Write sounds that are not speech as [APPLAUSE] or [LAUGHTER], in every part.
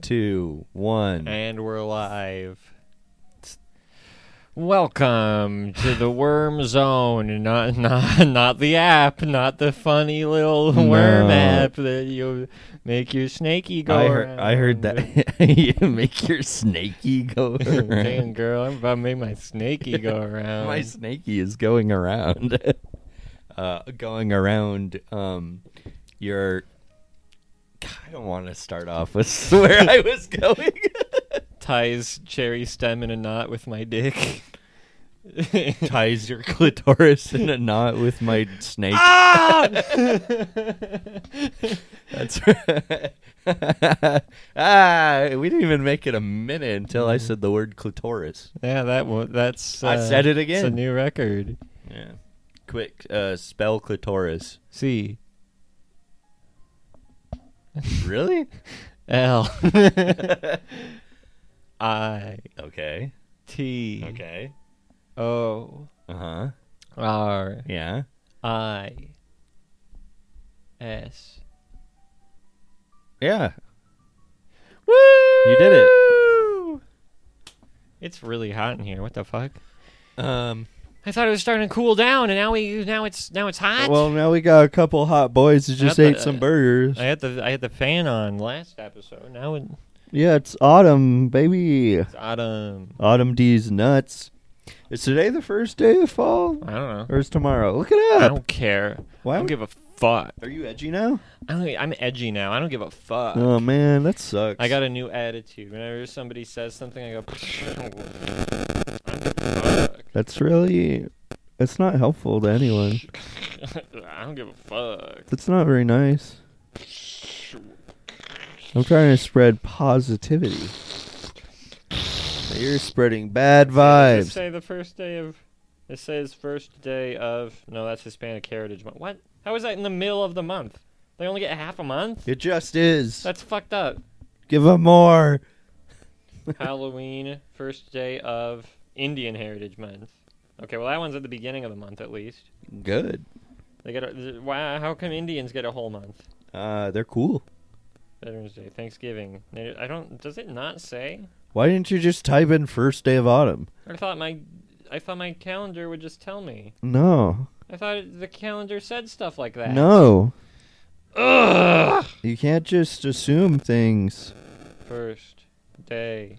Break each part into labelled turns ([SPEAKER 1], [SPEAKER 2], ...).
[SPEAKER 1] two, one.
[SPEAKER 2] And we're live.
[SPEAKER 3] Welcome to the Worm Zone. Not not not the app, not the funny little worm
[SPEAKER 1] No.
[SPEAKER 3] app that you make your snaky go.
[SPEAKER 1] I heard, I heard
[SPEAKER 3] around.
[SPEAKER 1] [LAUGHS] that you make your snaky [LAUGHS] go
[SPEAKER 3] Damn
[SPEAKER 1] around.
[SPEAKER 3] girl, I'm about to make my snaky go
[SPEAKER 1] [LAUGHS]
[SPEAKER 3] around.
[SPEAKER 1] My snaky is going around, [LAUGHS] uh, going around. Um, your. I don't want to start off with [LAUGHS] where I was going. [LAUGHS]
[SPEAKER 3] ties cherry stem in a knot with my dick. [LAUGHS]
[SPEAKER 1] Ties your clitoris Ah! in a knot with my snake.
[SPEAKER 3] Ah!
[SPEAKER 1] [LAUGHS] That's right. [LAUGHS] ah, we didn't even make it a minute until I said the word clitoris.
[SPEAKER 3] yeah, that one. That's
[SPEAKER 1] I
[SPEAKER 3] uh,
[SPEAKER 1] said it
[SPEAKER 3] It's a
[SPEAKER 1] again.
[SPEAKER 3] new record.
[SPEAKER 1] Yeah. Quick, uh, spell clitoris.
[SPEAKER 3] C
[SPEAKER 1] [LAUGHS] Really?
[SPEAKER 3] [LAUGHS] L I
[SPEAKER 1] Okay.
[SPEAKER 3] T
[SPEAKER 1] Okay.
[SPEAKER 3] O
[SPEAKER 1] Uh huh.
[SPEAKER 3] R
[SPEAKER 1] Yeah.
[SPEAKER 3] I S.
[SPEAKER 1] Yeah.
[SPEAKER 3] Woo!
[SPEAKER 1] You did
[SPEAKER 3] it. It's really hot in here. What the fuck?
[SPEAKER 1] Um.
[SPEAKER 3] I thought it was starting to cool down, and now we now it's now it's hot.
[SPEAKER 1] Well, now we got a couple hot boys that just
[SPEAKER 3] Not
[SPEAKER 1] ate
[SPEAKER 3] the-
[SPEAKER 1] some burgers.
[SPEAKER 3] I had the I had the fan on last episode. Now it's
[SPEAKER 1] yeah, it's autumn, baby.
[SPEAKER 3] autumn.
[SPEAKER 1] Autumn D's nuts. Is today the first day of fall,
[SPEAKER 3] I don't know.
[SPEAKER 1] or is tomorrow? Look it
[SPEAKER 3] I
[SPEAKER 1] up.
[SPEAKER 3] don't care.
[SPEAKER 1] Why
[SPEAKER 3] I don't
[SPEAKER 1] would-
[SPEAKER 3] give a fuck.
[SPEAKER 1] Are you edgy now?
[SPEAKER 3] I don't, e, I'm edgy now. I don't give a fuck.
[SPEAKER 1] Oh man, that sucks.
[SPEAKER 3] I got a new attitude. Whenever somebody says something, I go. [LAUGHS] I'm
[SPEAKER 1] That's really. It's not helpful to anyone.
[SPEAKER 3] [LAUGHS] I don't give a fuck.
[SPEAKER 1] That's not very nice. I'm trying to spread positivity. But You're spreading bad
[SPEAKER 3] Let's
[SPEAKER 1] vibes.
[SPEAKER 3] say the first day of. It says first day of. No, that's Hispanic Heritage Month. What? How is that in the middle of the month? They only get half a month.
[SPEAKER 1] It just is.
[SPEAKER 3] That's fucked up.
[SPEAKER 1] Give them more.
[SPEAKER 3] Halloween, first day of Indian Heritage Month. Okay, well that one's at the beginning of the month at least.
[SPEAKER 1] Good.
[SPEAKER 3] They get a, why? How come Indians get a whole month?
[SPEAKER 1] Uh, they're cool.
[SPEAKER 3] Veterans Day, Thanksgiving. They- I don't. Does it not say?
[SPEAKER 1] Why didn't you just type in first day of autumn?
[SPEAKER 3] I thought my, I thought my calendar would just tell me.
[SPEAKER 1] No.
[SPEAKER 3] I thought it- the calendar said stuff like that.
[SPEAKER 1] No.
[SPEAKER 3] Ugh.
[SPEAKER 1] You can't just assume things.
[SPEAKER 3] First day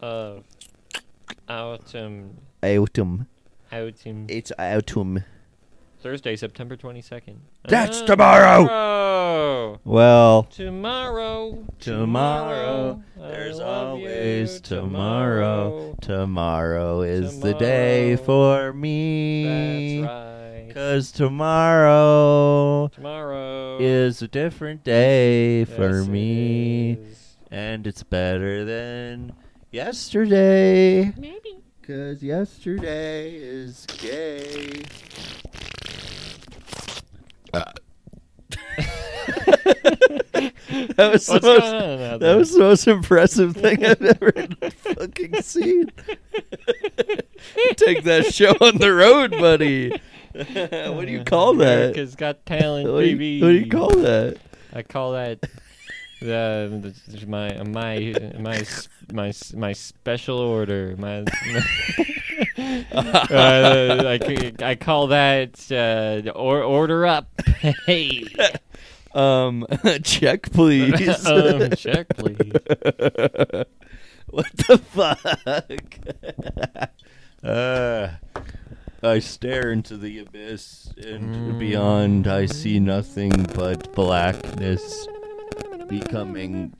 [SPEAKER 3] of autumn.
[SPEAKER 1] Autumn.
[SPEAKER 3] Autumn.
[SPEAKER 1] It's autumn.
[SPEAKER 3] Thursday, September twenty second.
[SPEAKER 1] That's tomorrow!
[SPEAKER 3] Tomorrow.
[SPEAKER 1] Well,
[SPEAKER 3] Tomorrow.
[SPEAKER 1] Tomorrow,
[SPEAKER 3] I
[SPEAKER 1] there's
[SPEAKER 3] love you
[SPEAKER 1] always tomorrow. Tomorrow is the
[SPEAKER 3] Tomorrow.
[SPEAKER 1] day for
[SPEAKER 3] That's
[SPEAKER 1] me.
[SPEAKER 3] right.
[SPEAKER 1] Cause tomorrow
[SPEAKER 3] Tomorrow
[SPEAKER 1] is a different day
[SPEAKER 3] Yes,
[SPEAKER 1] for
[SPEAKER 3] it
[SPEAKER 1] me.
[SPEAKER 3] is.
[SPEAKER 1] And it's better than yesterday.
[SPEAKER 3] Maybe.
[SPEAKER 1] Cause yesterday is gay. [LAUGHS]
[SPEAKER 3] Ah.
[SPEAKER 1] [LAUGHS] that was the
[SPEAKER 3] What's
[SPEAKER 1] most,
[SPEAKER 3] going on out
[SPEAKER 1] that
[SPEAKER 3] there?
[SPEAKER 1] was the most impressive thing I've
[SPEAKER 3] [LAUGHS]
[SPEAKER 1] ever fucking seen. [LAUGHS] Take that show on the road, buddy. what do you call that?
[SPEAKER 3] America's Got Talent
[SPEAKER 1] What do,
[SPEAKER 3] TV.
[SPEAKER 1] you, what do you call that?
[SPEAKER 3] I call that the, the my my my s- my s- my special order. My, [LAUGHS] my- [LAUGHS] uh, I, c- I call that uh, the or, order up. Hey,
[SPEAKER 1] Um, [LAUGHS] check please.
[SPEAKER 3] [LAUGHS] um, check please.
[SPEAKER 1] [LAUGHS] what the fuck? [LAUGHS] uh, I stare into the abyss, and beyond I see nothing but blackness becoming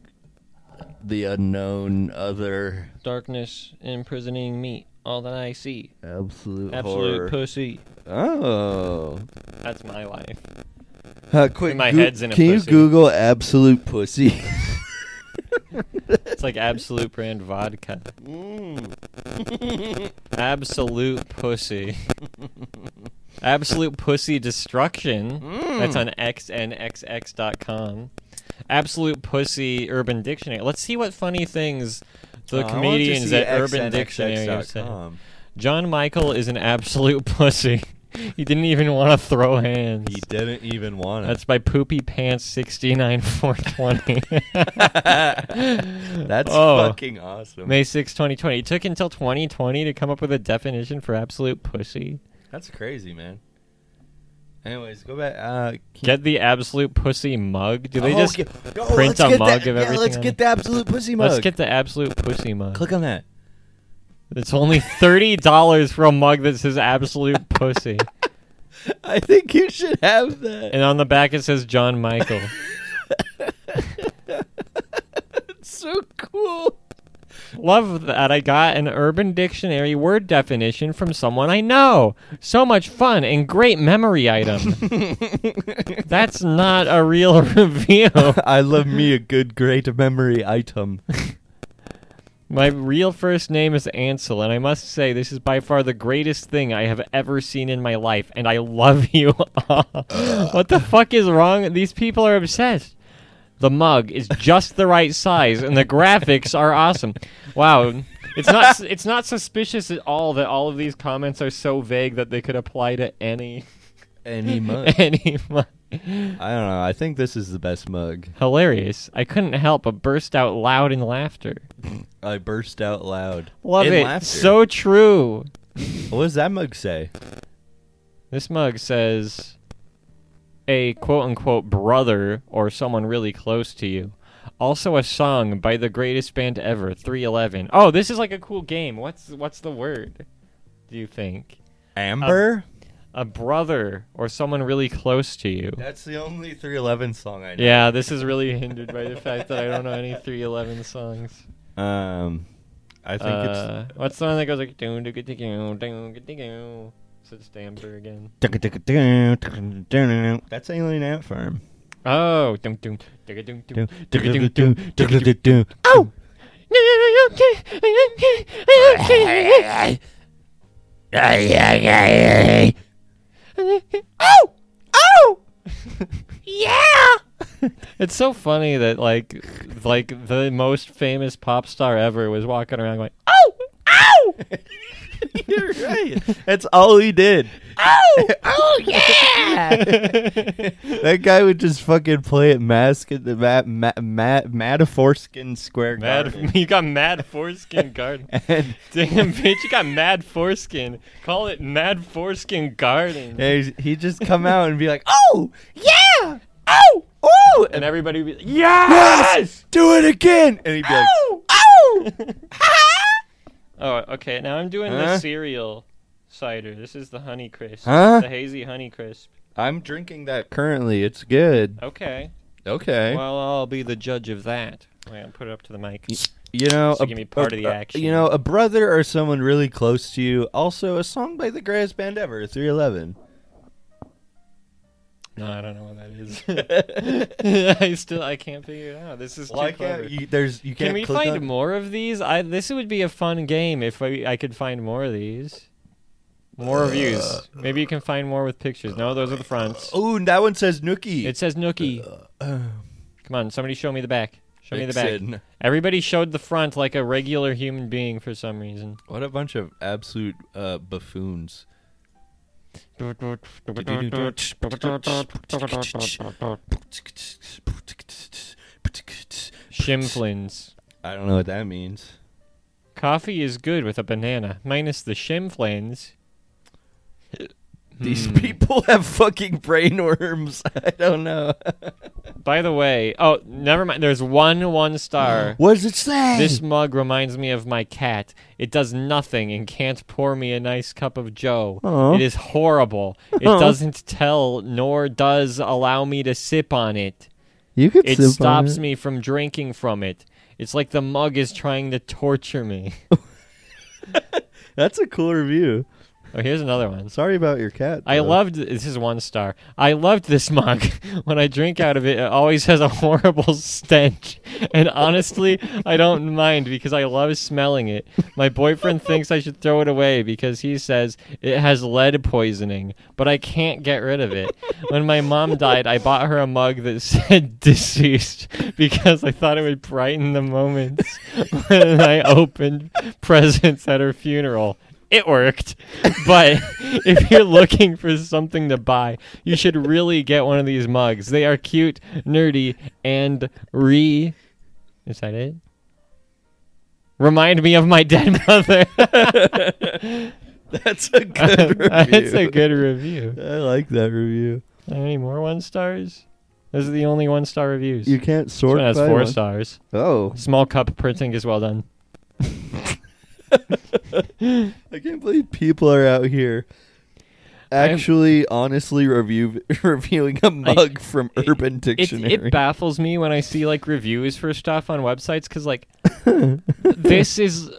[SPEAKER 1] the unknown other.
[SPEAKER 3] Darkness imprisoning me. All that I see.
[SPEAKER 1] Absolute,
[SPEAKER 3] Absolute
[SPEAKER 1] horror.
[SPEAKER 3] pussy.
[SPEAKER 1] oh.
[SPEAKER 3] That's my life.
[SPEAKER 1] Uh, quick,
[SPEAKER 3] My
[SPEAKER 1] goo-
[SPEAKER 3] head's in a
[SPEAKER 1] Can you
[SPEAKER 3] pussy.
[SPEAKER 1] Google absolute pussy? [LAUGHS]
[SPEAKER 3] It's like absolute brand vodka.
[SPEAKER 1] Mm.
[SPEAKER 3] Absolute pussy. Absolute pussy destruction.
[SPEAKER 1] Hmm. Mm.
[SPEAKER 3] That's on xnxx.com. Absolute pussy urban dictionary. Let's see what funny things the
[SPEAKER 1] Uh, I want to
[SPEAKER 3] comedians
[SPEAKER 1] see
[SPEAKER 3] at Urban Dictionary have said.
[SPEAKER 1] xnxx.com.
[SPEAKER 3] John Michael is an absolute [LAUGHS] pussy. He didn't even want to throw hands.
[SPEAKER 1] He didn't even want it.
[SPEAKER 3] That's by Poopy Pants 69420.
[SPEAKER 1] [LAUGHS] That's
[SPEAKER 3] Oh.
[SPEAKER 1] fucking awesome.
[SPEAKER 3] May 6, 2020. It took until 2020 to come up with a definition for absolute pussy.
[SPEAKER 1] That's crazy, man. Anyways, go back. Uh,
[SPEAKER 3] Get the absolute pussy mug. Do they
[SPEAKER 1] Oh,
[SPEAKER 3] just
[SPEAKER 1] get- Go,
[SPEAKER 3] print
[SPEAKER 1] let's
[SPEAKER 3] a
[SPEAKER 1] get
[SPEAKER 3] mug
[SPEAKER 1] the,
[SPEAKER 3] of
[SPEAKER 1] yeah,
[SPEAKER 3] everything
[SPEAKER 1] Let's
[SPEAKER 3] on
[SPEAKER 1] get
[SPEAKER 3] it?
[SPEAKER 1] the absolute pussy mug.
[SPEAKER 3] Let's get the absolute pussy mug.
[SPEAKER 1] Click on that. [LAUGHS]
[SPEAKER 3] It's only $30 for a mug that
[SPEAKER 1] [LAUGHS]
[SPEAKER 3] says absolute pussy.
[SPEAKER 1] I think you should have that.
[SPEAKER 3] And on the back it says John Michael.
[SPEAKER 1] it's [LAUGHS] so cool.
[SPEAKER 3] Love that I got an urban dictionary word definition from someone I know. So much fun and great memory item.
[SPEAKER 1] [LAUGHS]
[SPEAKER 3] That's not a real [LAUGHS] review.
[SPEAKER 1] [LAUGHS] I love me a good, great memory item.
[SPEAKER 3] [LAUGHS] My real first name is Ansel, and I must say this is by far the greatest thing I have ever seen in my life, and I love [LAUGHS] you all. what the fuck is wrong? These people are obsessed. The mug is just the right size, and the graphics are awesome. Wow. It's not it's not suspicious at all that all of these comments are so vague that they could apply to any [LAUGHS]
[SPEAKER 1] Any mug.
[SPEAKER 3] any mug.
[SPEAKER 1] I don't know. I think this is the best mug.
[SPEAKER 3] Hilarious. I couldn't help but burst out loud in laughter.
[SPEAKER 1] I burst out loud.
[SPEAKER 3] Love
[SPEAKER 1] In
[SPEAKER 3] it.
[SPEAKER 1] laughter.
[SPEAKER 3] So true.
[SPEAKER 1] What does that mug say?
[SPEAKER 3] This mug says a quote unquote brother or someone really close to you. Also a song by the greatest band ever, 311. Oh, this is like a cool game. What's what's the word? Do you think?
[SPEAKER 1] Amber?
[SPEAKER 3] A brother or someone really close to you.
[SPEAKER 1] That's the only 311 song I know.
[SPEAKER 3] Yeah, this is really hindered by the fact that I don't know any 311 songs.
[SPEAKER 1] Um, I think
[SPEAKER 3] Uh, what's the one that goes like doom doo doo doo doo? So it's Amber again.
[SPEAKER 1] it's. That's Alien Ant Farm.
[SPEAKER 3] Oh, dum dum dum dum
[SPEAKER 1] Oh!
[SPEAKER 3] dum dum dum dum
[SPEAKER 1] Ow!
[SPEAKER 3] Oh! Oh! yeah! [LAUGHS] It's so funny that like like the most famous pop star ever was walking around going, "Oh! Ow!
[SPEAKER 1] [LAUGHS] You're right. That's all he did.
[SPEAKER 3] Ow!
[SPEAKER 1] Oh yeah! [LAUGHS] [LAUGHS] that guy would just fucking play at mask at the mat mat mat Mataforeskin Square Garden.
[SPEAKER 3] Mad, [LAUGHS] you got mad foreskin garden.
[SPEAKER 1] And
[SPEAKER 3] Damn, bitch, you got mad foreskin. Call it mad foreskin garden.
[SPEAKER 1] he's- he'd just come out and be like, "Oh yeah! Oh oh!"
[SPEAKER 3] And
[SPEAKER 1] And
[SPEAKER 3] everybody would be like,
[SPEAKER 1] yes, do it again. And he'd be like,
[SPEAKER 3] Ow!
[SPEAKER 1] "Oh!"
[SPEAKER 3] Oh, okay. Now I'm doing
[SPEAKER 1] Huh?
[SPEAKER 3] the cereal cider. This is the honey crisp.
[SPEAKER 1] Huh?
[SPEAKER 3] The hazy honey crisp.
[SPEAKER 1] [LAUGHS] I'm drinking that currently. It's good.
[SPEAKER 3] Okay.
[SPEAKER 1] Okay.
[SPEAKER 3] Well, I'll be the judge of that. Wait, I'll put it up to the mic.
[SPEAKER 1] You know,
[SPEAKER 3] So give me part of the
[SPEAKER 1] a- uh,
[SPEAKER 3] action.
[SPEAKER 1] You know, a brother or someone really close to you. Also, a song by the greatest band ever, 311.
[SPEAKER 3] No, I don't know what that
[SPEAKER 1] [LAUGHS]
[SPEAKER 3] is. [LAUGHS] I still I can't figure it out. This is
[SPEAKER 1] Why
[SPEAKER 3] too clever.
[SPEAKER 1] can't you? There's you can't.
[SPEAKER 3] Can we
[SPEAKER 1] click
[SPEAKER 3] find
[SPEAKER 1] on-
[SPEAKER 3] more of these? I this would be a fun game if I, I could find more of these.
[SPEAKER 1] Uh,
[SPEAKER 3] More reviews. Maybe you can find more with pictures. No, those are the fronts.
[SPEAKER 1] Oh, Uh, and that one says Nookie.
[SPEAKER 3] It says Nookie. Come on, somebody show me the back. Show me the back.
[SPEAKER 1] Vixen.
[SPEAKER 3] Everybody showed the front like a regular human being for some reason.
[SPEAKER 1] What a bunch of absolute uh, buffoons.
[SPEAKER 3] Shimflins.
[SPEAKER 1] I don't know what that means.
[SPEAKER 3] Coffee is good with a banana, minus the shimflins.
[SPEAKER 1] These
[SPEAKER 3] Hmm.
[SPEAKER 1] people have fucking brain worms. [LAUGHS] I don't know.
[SPEAKER 3] By the way, oh, never mind. There's one
[SPEAKER 1] [GASPS]
[SPEAKER 3] one star.
[SPEAKER 1] What does it say?
[SPEAKER 3] This mug reminds me of my cat. It does nothing and can't pour me a nice cup of joe.
[SPEAKER 1] Aw.
[SPEAKER 3] It is horrible. It
[SPEAKER 1] Aw.
[SPEAKER 3] doesn't tell nor does allow me to sip on it.
[SPEAKER 1] you could
[SPEAKER 3] It
[SPEAKER 1] sip on
[SPEAKER 3] stops
[SPEAKER 1] it.
[SPEAKER 3] me from drinking from it. It's like the mug is trying to torture me. [LAUGHS]
[SPEAKER 1] That's a cool review.
[SPEAKER 3] oh, here's another one.
[SPEAKER 1] Sorry about your cat.
[SPEAKER 3] I
[SPEAKER 1] though. [LAUGHS]
[SPEAKER 3] loved this is one star. I loved this mug. [LAUGHS] When I drink out of it, it always has a horrible [LAUGHS] stench. And honestly, I don't mind because I love smelling it. My boyfriend thinks I should throw it away because he says it has lead poisoning, but I can't get rid of it. When my mom died, I bought her a mug that [LAUGHS] said deceased because I thought it would [LAUGHS] brighten the moments when I opened presents at her funeral. it worked. But if you're looking for something to buy, you should really get one of these mugs. They are cute, nerdy, and re. Is that it? Remind me of my dead
[SPEAKER 1] [LAUGHS]
[SPEAKER 3] [LAUGHS] mother. [LAUGHS]
[SPEAKER 4] That's a good review.
[SPEAKER 3] It's a good review.
[SPEAKER 4] I like that review.
[SPEAKER 3] Are there any more one stars? Those are the only one star reviews.
[SPEAKER 1] You can't
[SPEAKER 3] this
[SPEAKER 1] sort
[SPEAKER 3] one has
[SPEAKER 1] by
[SPEAKER 3] four
[SPEAKER 1] one.
[SPEAKER 3] stars.
[SPEAKER 1] Oh,
[SPEAKER 3] Small cup printing is well done.
[SPEAKER 1] I can't believe people are out here actually, honestly review [LAUGHS] reviewing a mug from Urban
[SPEAKER 3] It,
[SPEAKER 1] Dictionary.
[SPEAKER 3] it baffles me when I see like reviews for stuff on websites
[SPEAKER 1] [LAUGHS]
[SPEAKER 3] because like this is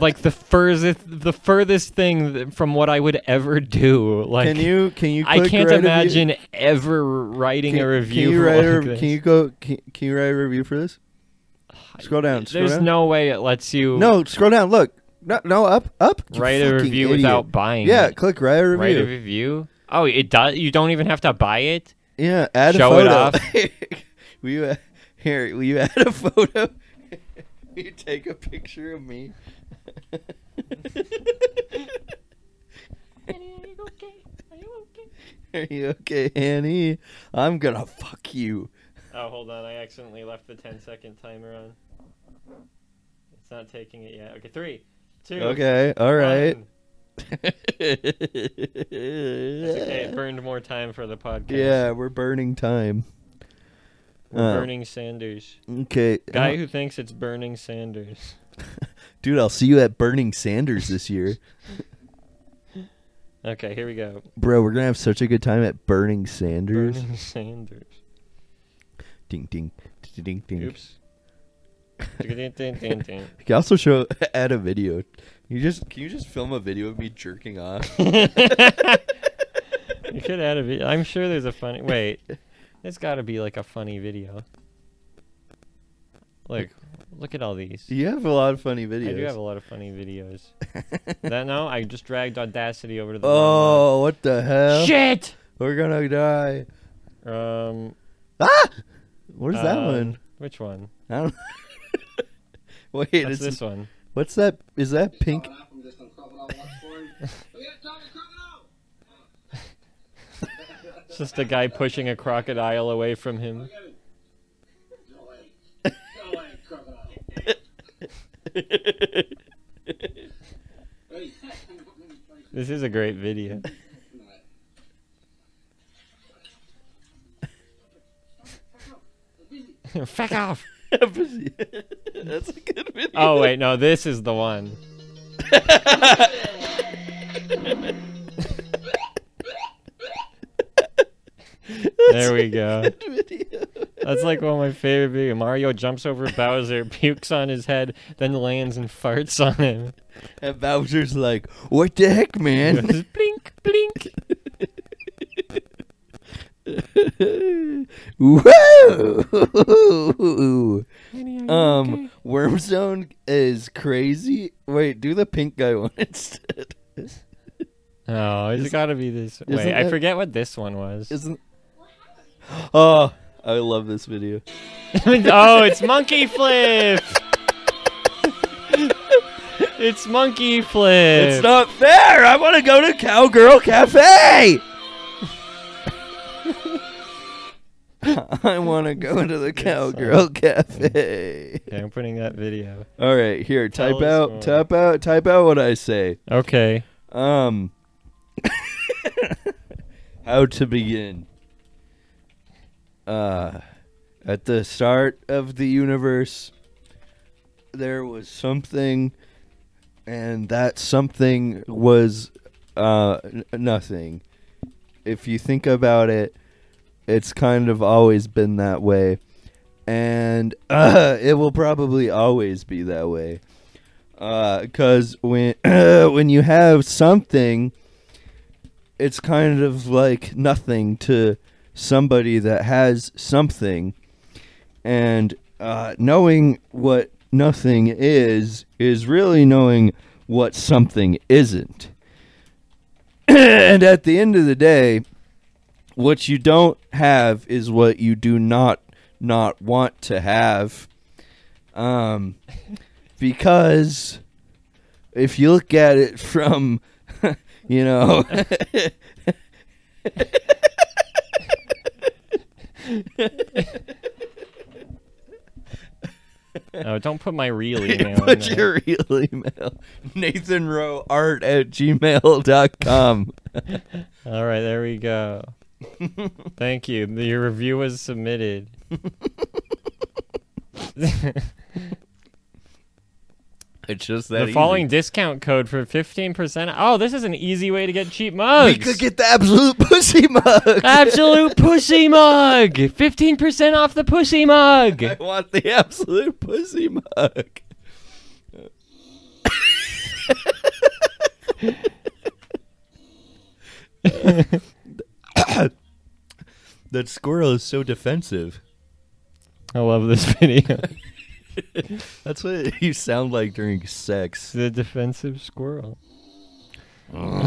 [SPEAKER 3] like the furthest the furthest thing th- from what I would ever do. Like
[SPEAKER 1] can you can you?
[SPEAKER 3] I
[SPEAKER 1] click
[SPEAKER 3] can't
[SPEAKER 1] write a view-
[SPEAKER 3] imagine ever writing
[SPEAKER 1] Can,
[SPEAKER 3] a review.
[SPEAKER 1] Can you
[SPEAKER 3] for
[SPEAKER 1] write a,
[SPEAKER 3] like this.
[SPEAKER 1] Can you go? Can, can you write a review for this? Scroll down. Scroll
[SPEAKER 3] There's
[SPEAKER 1] down.
[SPEAKER 3] no way it lets you
[SPEAKER 1] No, scroll down. Look. No, no, up, up. you
[SPEAKER 3] write a
[SPEAKER 1] fucking
[SPEAKER 3] review
[SPEAKER 1] idiot.
[SPEAKER 3] without buying.
[SPEAKER 1] Yeah,
[SPEAKER 3] it.
[SPEAKER 1] click write a review.
[SPEAKER 3] write a review. Oh, it does. You don't even have to buy it.
[SPEAKER 1] Yeah, add
[SPEAKER 3] Show it
[SPEAKER 1] a
[SPEAKER 3] off.
[SPEAKER 1] photo. [LAUGHS] will you a- here? Will you add a photo? [LAUGHS] will you take a picture of me? Are you okay, Annie? I'm gonna fuck you.
[SPEAKER 3] Oh, hold on. I accidentally left the 10 second timer on. It's not taking it yet. Okay, three, two.
[SPEAKER 1] Okay, all right.
[SPEAKER 3] one.
[SPEAKER 1] [LAUGHS]
[SPEAKER 3] It's okay. It
[SPEAKER 1] okay.
[SPEAKER 3] burned more time for the podcast.
[SPEAKER 1] Yeah, we're burning time.
[SPEAKER 3] We're
[SPEAKER 1] Uh,
[SPEAKER 3] Burning Sanders.
[SPEAKER 1] Okay,
[SPEAKER 3] Guy who thinks it's Burning Sanders.
[SPEAKER 1] dude, I'll see you at Burning Sanders this
[SPEAKER 3] [LAUGHS]
[SPEAKER 1] year,
[SPEAKER 3] Okay, here we go.
[SPEAKER 1] bro. We're gonna have such a good time at Burning Sanders.
[SPEAKER 3] Burning Sanders.
[SPEAKER 1] Ding ding, ding ding. ding.
[SPEAKER 3] Oops. Ding-a-ding-ding-ding-ding.
[SPEAKER 1] You can also show [LAUGHS] add a video. You just can you just film a video of me jerking
[SPEAKER 3] [LAUGHS]
[SPEAKER 1] off?
[SPEAKER 3] you could add a video. I'm sure there's a funny. Wait, there's got to be like a funny video. Look, look at all these.
[SPEAKER 1] [LAUGHS] you have a lot of funny
[SPEAKER 3] I
[SPEAKER 1] videos.
[SPEAKER 3] do have a lot of funny videos. that no, I just dragged Audacity over to the. wrong
[SPEAKER 1] [LAUGHS] oh, what the
[SPEAKER 3] one.
[SPEAKER 1] hell?
[SPEAKER 3] shit!
[SPEAKER 1] We're gonna die.
[SPEAKER 3] Um,
[SPEAKER 1] Ah! What is that
[SPEAKER 3] um,
[SPEAKER 1] one?
[SPEAKER 3] Which one?
[SPEAKER 1] I don't. [LAUGHS] Wait, it's
[SPEAKER 3] That's this one.
[SPEAKER 1] what's that? Is that
[SPEAKER 3] [LAUGHS]
[SPEAKER 1] pink? [LAUGHS]
[SPEAKER 3] It's just a guy pushing a crocodile away from him. This is a great video. [LAUGHS] Fuck off!
[SPEAKER 1] [LAUGHS] That's a good video.
[SPEAKER 3] Oh wait, no, this is the one. There we go.
[SPEAKER 1] Video.
[SPEAKER 3] That's like one of my favorite videos. Mario jumps over Bowser, [LAUGHS] pukes on his head, then lands and farts on him.
[SPEAKER 1] And Bowser's like, "What the heck,
[SPEAKER 3] [LAUGHS] It
[SPEAKER 1] man?"
[SPEAKER 3] goes blink, blink.
[SPEAKER 1] [LAUGHS] Whoa! um, Worm Zone is crazy. Wait, do the pink guy one [LAUGHS] instead.
[SPEAKER 3] Oh, it's got to be this. Wait,
[SPEAKER 1] isn't
[SPEAKER 3] I
[SPEAKER 1] that-
[SPEAKER 3] forget what this one was.
[SPEAKER 1] Isn't? Oh, I love this video.
[SPEAKER 3] [LAUGHS] oh, it's monkey flip. [LAUGHS] it's monkey flip.
[SPEAKER 1] It's not fair. I want to go to Cowgirl Cafe. [LAUGHS] I want to go to the Cowgirl Cafe.
[SPEAKER 3] Okay, I'm putting that video.
[SPEAKER 1] All right, here.
[SPEAKER 3] Tell
[SPEAKER 1] Type
[SPEAKER 3] us
[SPEAKER 1] out.
[SPEAKER 3] more.
[SPEAKER 1] Type out. Type out what I say.
[SPEAKER 3] Okay.
[SPEAKER 1] Um, [LAUGHS] how to begin? Uh, at the start of the universe, there was something, and that something was uh n- nothing. If you think about it, it's kind of always been that way, and [LAUGHS] uh, it will probably always be that way because Uh, when [CLEARS THROAT] when you have something, it's kind of like nothing to somebody that has something, and uh, knowing what nothing is is really knowing what something isn't. [CLEARS THROAT] and at the end of the day, what you don't have is what you do not not want to have. Um because
[SPEAKER 5] if you look at it from, [LAUGHS] you
[SPEAKER 1] [LAUGHS]
[SPEAKER 5] know,
[SPEAKER 3] Oh, don't put
[SPEAKER 1] [LAUGHS]
[SPEAKER 3] my real email. in
[SPEAKER 5] put
[SPEAKER 3] there.
[SPEAKER 5] your real email, Nathan Rowe Art at gmail.com.
[SPEAKER 3] All right, there we go. Thank you. Your review was submitted.
[SPEAKER 1] [LAUGHS]
[SPEAKER 3] [LAUGHS]
[SPEAKER 1] It's just that
[SPEAKER 3] the
[SPEAKER 1] easy.
[SPEAKER 3] following discount code for 15%. Oh, this is an easy way to get cheap
[SPEAKER 5] We
[SPEAKER 3] mugs.
[SPEAKER 5] could
[SPEAKER 1] [LAUGHS]
[SPEAKER 5] get the absolute pussy mug.
[SPEAKER 3] Ah. Absolute pussy mug. 15% off the pussy
[SPEAKER 1] [LAUGHS]
[SPEAKER 3] mug.
[SPEAKER 5] I want the absolute pussy mug.
[SPEAKER 1] that squirrel is so defensive.
[SPEAKER 3] I love this video. [LAUGHS]
[SPEAKER 1] That's what [LAUGHS] you sound like during sex.
[SPEAKER 3] the defensive squirrel.
[SPEAKER 1] Okay.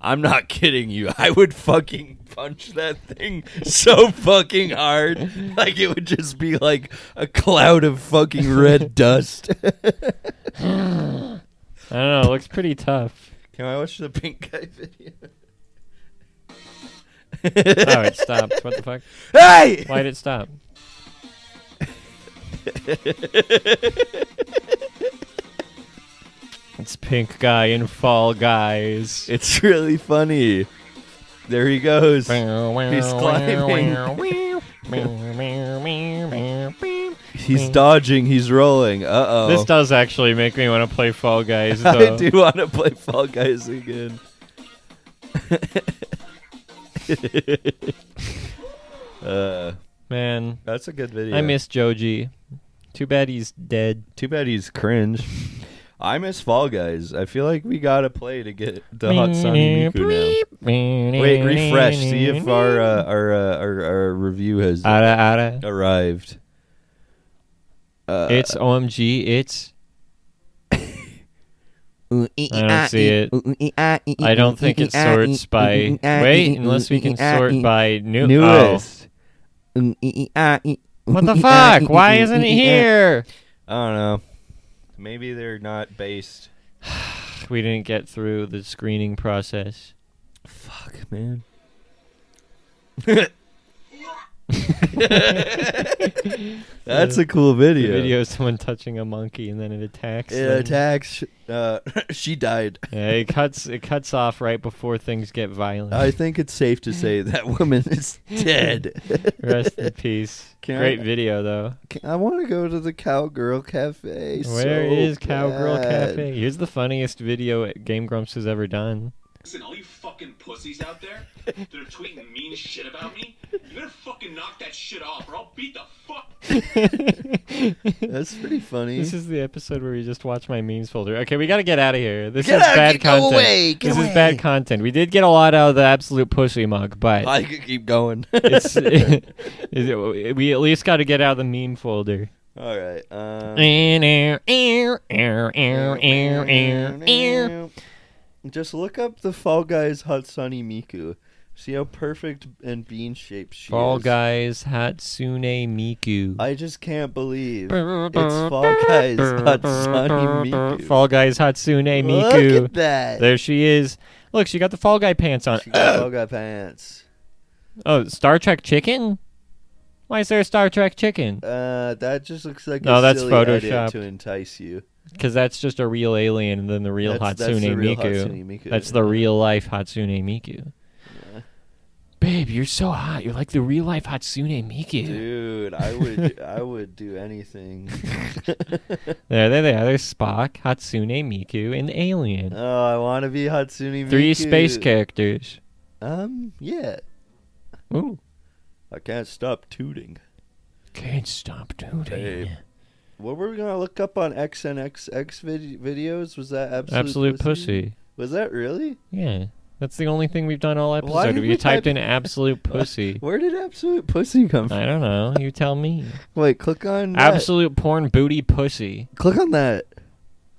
[SPEAKER 1] I'm not kidding you. I would fucking punch that thing so fucking hard. Like it would just be like a cloud of fucking red dust.
[SPEAKER 3] [LAUGHS] I don't know. It looks pretty tough.
[SPEAKER 1] Can I watch the pink guy video?
[SPEAKER 3] Oh, it stopped. What the fuck?
[SPEAKER 1] [LAUGHS] Hey!
[SPEAKER 3] Why'd it stop? it's Pink Guy and Fall Guys.
[SPEAKER 1] [LAUGHS] It's really funny. There he goes.
[SPEAKER 3] He's climbing.
[SPEAKER 1] He's dodging. He's rolling. Uh oh.
[SPEAKER 3] [LAUGHS] This does actually make me want to play Fall
[SPEAKER 1] [LAUGHS]
[SPEAKER 3] Guys,
[SPEAKER 1] I
[SPEAKER 3] though.
[SPEAKER 1] do want to play Fall Guys again. [LAUGHS] uh,
[SPEAKER 3] Man,
[SPEAKER 1] that's a good video.
[SPEAKER 3] I miss Joji. Too bad he's dead.
[SPEAKER 1] Too bad he's cringe. I miss Fall Guys. I feel like we gotta play to get the hot Sunny Miku now. Wait, refresh. See if our uh, our, uh, our our review has
[SPEAKER 3] Ara, ara.
[SPEAKER 1] arrived. Uh,
[SPEAKER 3] It's OMG. It's.
[SPEAKER 6] I don't see it.
[SPEAKER 3] I don't think it sorts by. Wait, unless we can sort by new.
[SPEAKER 1] newest. e,
[SPEAKER 3] Oh.
[SPEAKER 1] [LAUGHS]
[SPEAKER 3] What the fuck? Why isn't it here?
[SPEAKER 1] I don't know. Maybe they're not based.
[SPEAKER 3] We didn't get through the screening process.
[SPEAKER 1] Fuck, man.
[SPEAKER 3] [LAUGHS]
[SPEAKER 1] That's a cool
[SPEAKER 3] The
[SPEAKER 1] video.
[SPEAKER 3] video is someone touching a monkey and then it attacks.
[SPEAKER 1] It
[SPEAKER 3] them.
[SPEAKER 1] attacks. Uh, [LAUGHS] she died.
[SPEAKER 3] Yeah, it cuts. It cuts off right before things get violent.
[SPEAKER 1] I think it's safe to say that woman is dead.
[SPEAKER 3] Rest in peace.
[SPEAKER 1] Can I-
[SPEAKER 3] Great video though.
[SPEAKER 1] [LAUGHS] I want to go to the Cowgirl Cafe.
[SPEAKER 3] Where
[SPEAKER 1] so
[SPEAKER 3] is Cowgirl
[SPEAKER 1] bad.
[SPEAKER 3] Cafe? Here's the funniest video Game Grumps has ever done.
[SPEAKER 1] [LAUGHS]
[SPEAKER 7] Listen, all you fucking pussies out there that are tweeting mean shit about me, you better fucking knock that shit off or I'll beat the fuck.
[SPEAKER 1] That's pretty funny.
[SPEAKER 3] This is the episode where we just watch my memes folder. Okay, we gotta get out of here. This
[SPEAKER 1] Get
[SPEAKER 3] is
[SPEAKER 1] out,
[SPEAKER 3] bad
[SPEAKER 1] get- go
[SPEAKER 3] content.
[SPEAKER 1] away, get
[SPEAKER 3] this
[SPEAKER 1] away.
[SPEAKER 3] is bad content. We did get a lot out of the absolute pussy mug, but
[SPEAKER 1] I could keep going.
[SPEAKER 3] [LAUGHS]
[SPEAKER 1] [LAUGHS]
[SPEAKER 3] it's it- we at least got to get out of the meme folder.
[SPEAKER 1] All right. Um,
[SPEAKER 3] It's
[SPEAKER 1] Just look up the Fall Guys Hatsune Miku. See how perfect and bean shaped she
[SPEAKER 3] Fall
[SPEAKER 1] is.
[SPEAKER 3] Guys Hatsune Miku.
[SPEAKER 1] I just can't believe it's Fall Guys Hatsune Miku.
[SPEAKER 3] Fall Guys Hatsune
[SPEAKER 1] Look
[SPEAKER 3] Miku.
[SPEAKER 1] at that.
[SPEAKER 3] There she is. Look, she got the Fall Guy pants on.
[SPEAKER 1] She
[SPEAKER 3] [COUGHS]
[SPEAKER 1] got Fall Guy pants.
[SPEAKER 3] Oh, Star Trek chicken? Why is there a Star Trek chicken?
[SPEAKER 1] Uh, that just looks like
[SPEAKER 3] No,
[SPEAKER 1] a
[SPEAKER 3] that's
[SPEAKER 1] silly edit
[SPEAKER 3] photoshopped.
[SPEAKER 1] to entice you.
[SPEAKER 3] Because that's just a real alien, and then the real
[SPEAKER 1] That's-
[SPEAKER 3] Hatsune
[SPEAKER 1] that's the real
[SPEAKER 3] Miku.
[SPEAKER 1] Hatsune Miku,
[SPEAKER 3] That's the real life Hatsune Miku. Babe, you're so hot. You're like the real life Hatsune Miku.
[SPEAKER 1] Dude, I
[SPEAKER 3] [LAUGHS]
[SPEAKER 1] would I would do anything. [LAUGHS]
[SPEAKER 3] There, there, there. There's Spock, Hatsune Miku, and Alien.
[SPEAKER 1] oh, I want to be Hatsune Miku.
[SPEAKER 3] Three space characters.
[SPEAKER 1] Um, yeah.
[SPEAKER 3] Ooh,
[SPEAKER 1] I can't stop tooting.
[SPEAKER 3] can't stop doing
[SPEAKER 1] Babe. What were we gonna look up on XNXX vid- videos? Was that absolute,
[SPEAKER 3] Absolute pussy.
[SPEAKER 1] Was that really?
[SPEAKER 3] Yeah, that's the only thing we've done all episode.
[SPEAKER 1] Why did
[SPEAKER 3] we
[SPEAKER 1] we
[SPEAKER 3] typed
[SPEAKER 1] type-
[SPEAKER 3] in
[SPEAKER 1] [LAUGHS]
[SPEAKER 3] absolute pussy.
[SPEAKER 1] Where did absolute pussy come from?
[SPEAKER 3] I don't know. You tell
[SPEAKER 1] [LAUGHS]
[SPEAKER 3] me.
[SPEAKER 1] Wait, click on that.
[SPEAKER 3] Absolute porn booty pussy.
[SPEAKER 1] Click on that.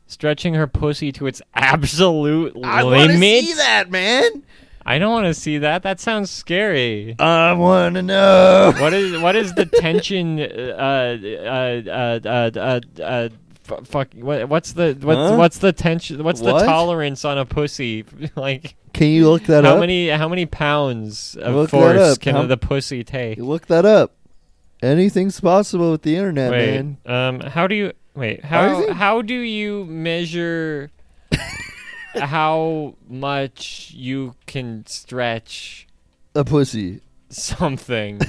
[SPEAKER 3] Stretching her pussy to its absolute
[SPEAKER 1] [LAUGHS] I want to
[SPEAKER 3] limit.
[SPEAKER 1] see that, man.
[SPEAKER 3] I don't want to see that. That sounds scary.
[SPEAKER 1] I want to know.
[SPEAKER 3] What is what is the tension? Uh, uh, uh, uh, uh, uh, fu- fuck. What, what's the what's
[SPEAKER 1] Huh?
[SPEAKER 3] what's the tension? What's
[SPEAKER 1] What?
[SPEAKER 3] the tolerance on a pussy? [LAUGHS] like
[SPEAKER 1] [LAUGHS] Can you look that
[SPEAKER 3] how
[SPEAKER 1] up?
[SPEAKER 3] many how many pounds of
[SPEAKER 1] Look that
[SPEAKER 3] force
[SPEAKER 1] up.
[SPEAKER 3] can
[SPEAKER 1] How-
[SPEAKER 3] the pussy take?
[SPEAKER 1] Look that up. Anything's possible with the internet,
[SPEAKER 3] Wait,
[SPEAKER 1] man.
[SPEAKER 3] um, how do you wait?
[SPEAKER 1] How is
[SPEAKER 3] How
[SPEAKER 1] it?
[SPEAKER 3] how do you
[SPEAKER 1] [LAUGHS]
[SPEAKER 3] measure how much you can stretch
[SPEAKER 1] A pussy.
[SPEAKER 3] something?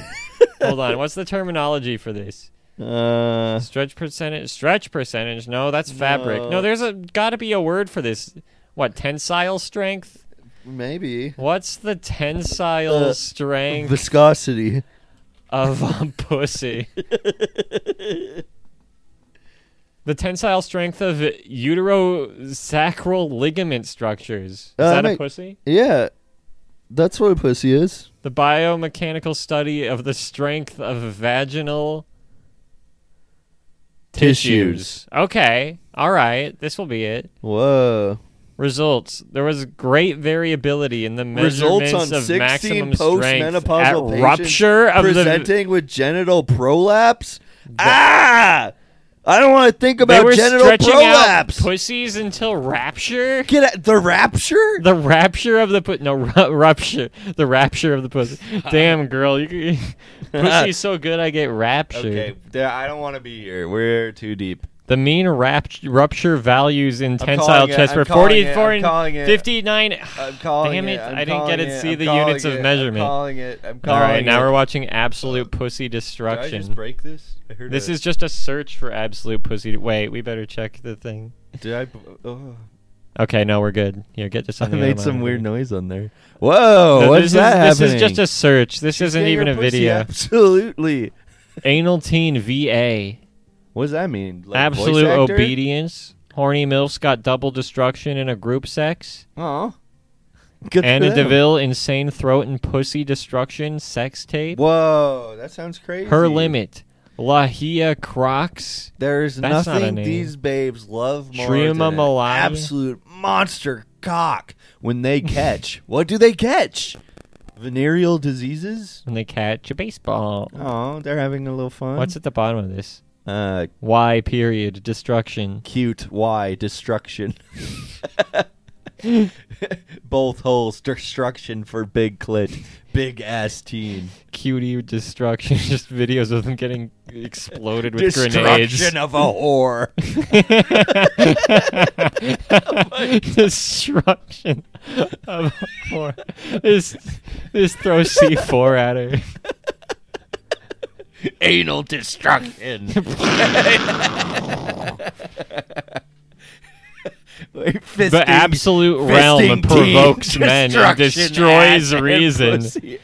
[SPEAKER 3] Hold on, what's the terminology for this?
[SPEAKER 1] [LAUGHS] Uh,
[SPEAKER 3] Stretch percentage? Stretch percentage? No, that's fabric. No,
[SPEAKER 1] No.
[SPEAKER 3] there's a got to be a word for this. What tensile strength?
[SPEAKER 1] maybe
[SPEAKER 3] What's the tensile
[SPEAKER 1] Uh,
[SPEAKER 3] strength
[SPEAKER 1] viscosity.
[SPEAKER 3] of a [LAUGHS] pussy? the tensile strength of uterosacral ligament structures. Is
[SPEAKER 1] Uh,
[SPEAKER 3] that a
[SPEAKER 1] mate.
[SPEAKER 3] pussy?
[SPEAKER 1] Yeah, that's what a pussy is.
[SPEAKER 3] The biomechanical study of the strength of vaginal tissues. Okay. All right. This will be it.
[SPEAKER 1] Whoa.
[SPEAKER 3] Results. There was great variability in the measurements
[SPEAKER 1] Results on
[SPEAKER 3] of
[SPEAKER 1] 16
[SPEAKER 3] maximum strength at
[SPEAKER 1] postmenopausal patients
[SPEAKER 3] rupture of the.
[SPEAKER 1] presenting with genital prolapse. ah, I don't want to think
[SPEAKER 3] They
[SPEAKER 1] about
[SPEAKER 3] were
[SPEAKER 1] genital
[SPEAKER 3] stretching
[SPEAKER 1] prolapse.
[SPEAKER 3] out pussies until rapture.
[SPEAKER 1] Get at the rapture.
[SPEAKER 3] The rapture of the put no ru- [LAUGHS] rupture. The rapture of
[SPEAKER 4] [LAUGHS]
[SPEAKER 3] the pussy. Damn girl, you pussy's so good I get raptured.
[SPEAKER 4] Okay, there, I don't want to be here. We're too deep.
[SPEAKER 3] The mean rapt- rupture values in
[SPEAKER 4] I'm
[SPEAKER 3] tensile
[SPEAKER 4] calling it,
[SPEAKER 3] chest
[SPEAKER 4] I'm
[SPEAKER 3] were
[SPEAKER 4] calling it,
[SPEAKER 3] 44
[SPEAKER 4] I'm calling
[SPEAKER 3] and
[SPEAKER 4] it.
[SPEAKER 3] 59.
[SPEAKER 4] I'm calling
[SPEAKER 3] Damn it,
[SPEAKER 4] I'm
[SPEAKER 3] I didn't
[SPEAKER 4] calling
[SPEAKER 3] get to see
[SPEAKER 4] I'm
[SPEAKER 3] the
[SPEAKER 4] calling
[SPEAKER 3] units of
[SPEAKER 4] it,
[SPEAKER 3] measurement.
[SPEAKER 4] I'm calling it. I'm
[SPEAKER 3] All
[SPEAKER 4] calling
[SPEAKER 3] right, now
[SPEAKER 4] it.
[SPEAKER 3] we're watching absolute pussy
[SPEAKER 4] Did I just
[SPEAKER 3] destruction.
[SPEAKER 4] break this? I heard
[SPEAKER 3] This
[SPEAKER 4] a-
[SPEAKER 3] is just a search for absolute pussy. Wait, we better check the thing.
[SPEAKER 4] Did I? b- Oh.
[SPEAKER 3] Okay, no, we're good. Here, get this
[SPEAKER 1] I
[SPEAKER 3] on the
[SPEAKER 1] made
[SPEAKER 3] other
[SPEAKER 1] some
[SPEAKER 3] monitor.
[SPEAKER 1] weird noise on there. Whoa, what
[SPEAKER 3] this
[SPEAKER 1] is that
[SPEAKER 3] is,
[SPEAKER 1] Oh, happening?
[SPEAKER 3] This is just a search. This isn't even a video.
[SPEAKER 1] Absolutely.
[SPEAKER 3] [LAUGHS] Anal teen VA.
[SPEAKER 1] What does that mean? Like
[SPEAKER 3] Absolute obedience. Horny MILFs got double destruction in a group sex.
[SPEAKER 1] Oh. Good for
[SPEAKER 3] Anna
[SPEAKER 1] them.
[SPEAKER 3] DeVille, insane throat and pussy destruction sex tape.
[SPEAKER 1] Whoa, that sounds crazy.
[SPEAKER 3] Her limit. Lahia Crocs.
[SPEAKER 1] There's
[SPEAKER 3] That's not a
[SPEAKER 1] nothing
[SPEAKER 3] name.
[SPEAKER 1] these babes love more
[SPEAKER 3] Shriema
[SPEAKER 1] than an
[SPEAKER 3] Malai.
[SPEAKER 1] absolute monster cock when
[SPEAKER 3] [LAUGHS]
[SPEAKER 1] they catch. what do they catch? Venereal diseases?
[SPEAKER 3] And they catch a baseball.
[SPEAKER 1] Oh, they're having a little fun.
[SPEAKER 3] What's at the bottom of this?
[SPEAKER 1] uh
[SPEAKER 3] Y period destruction.
[SPEAKER 1] cute Y
[SPEAKER 3] [LAUGHS]
[SPEAKER 1] destruction? [LAUGHS] Both holes destruction for big clit, [LAUGHS] big ass teen.
[SPEAKER 3] Cutie destruction. [LAUGHS] Just videos of them getting exploded with
[SPEAKER 1] destruction
[SPEAKER 3] grenades.
[SPEAKER 1] of a whore. [LAUGHS]
[SPEAKER 3] [LAUGHS] destruction of four. [LAUGHS] This this throw C four at her.
[SPEAKER 4] anal destruction.
[SPEAKER 1] Fisting-
[SPEAKER 3] The absolute realm
[SPEAKER 1] fisting
[SPEAKER 3] provokes
[SPEAKER 1] teen
[SPEAKER 3] men and
[SPEAKER 1] destruction
[SPEAKER 3] destroys
[SPEAKER 1] at and
[SPEAKER 3] reason.
[SPEAKER 1] pussy.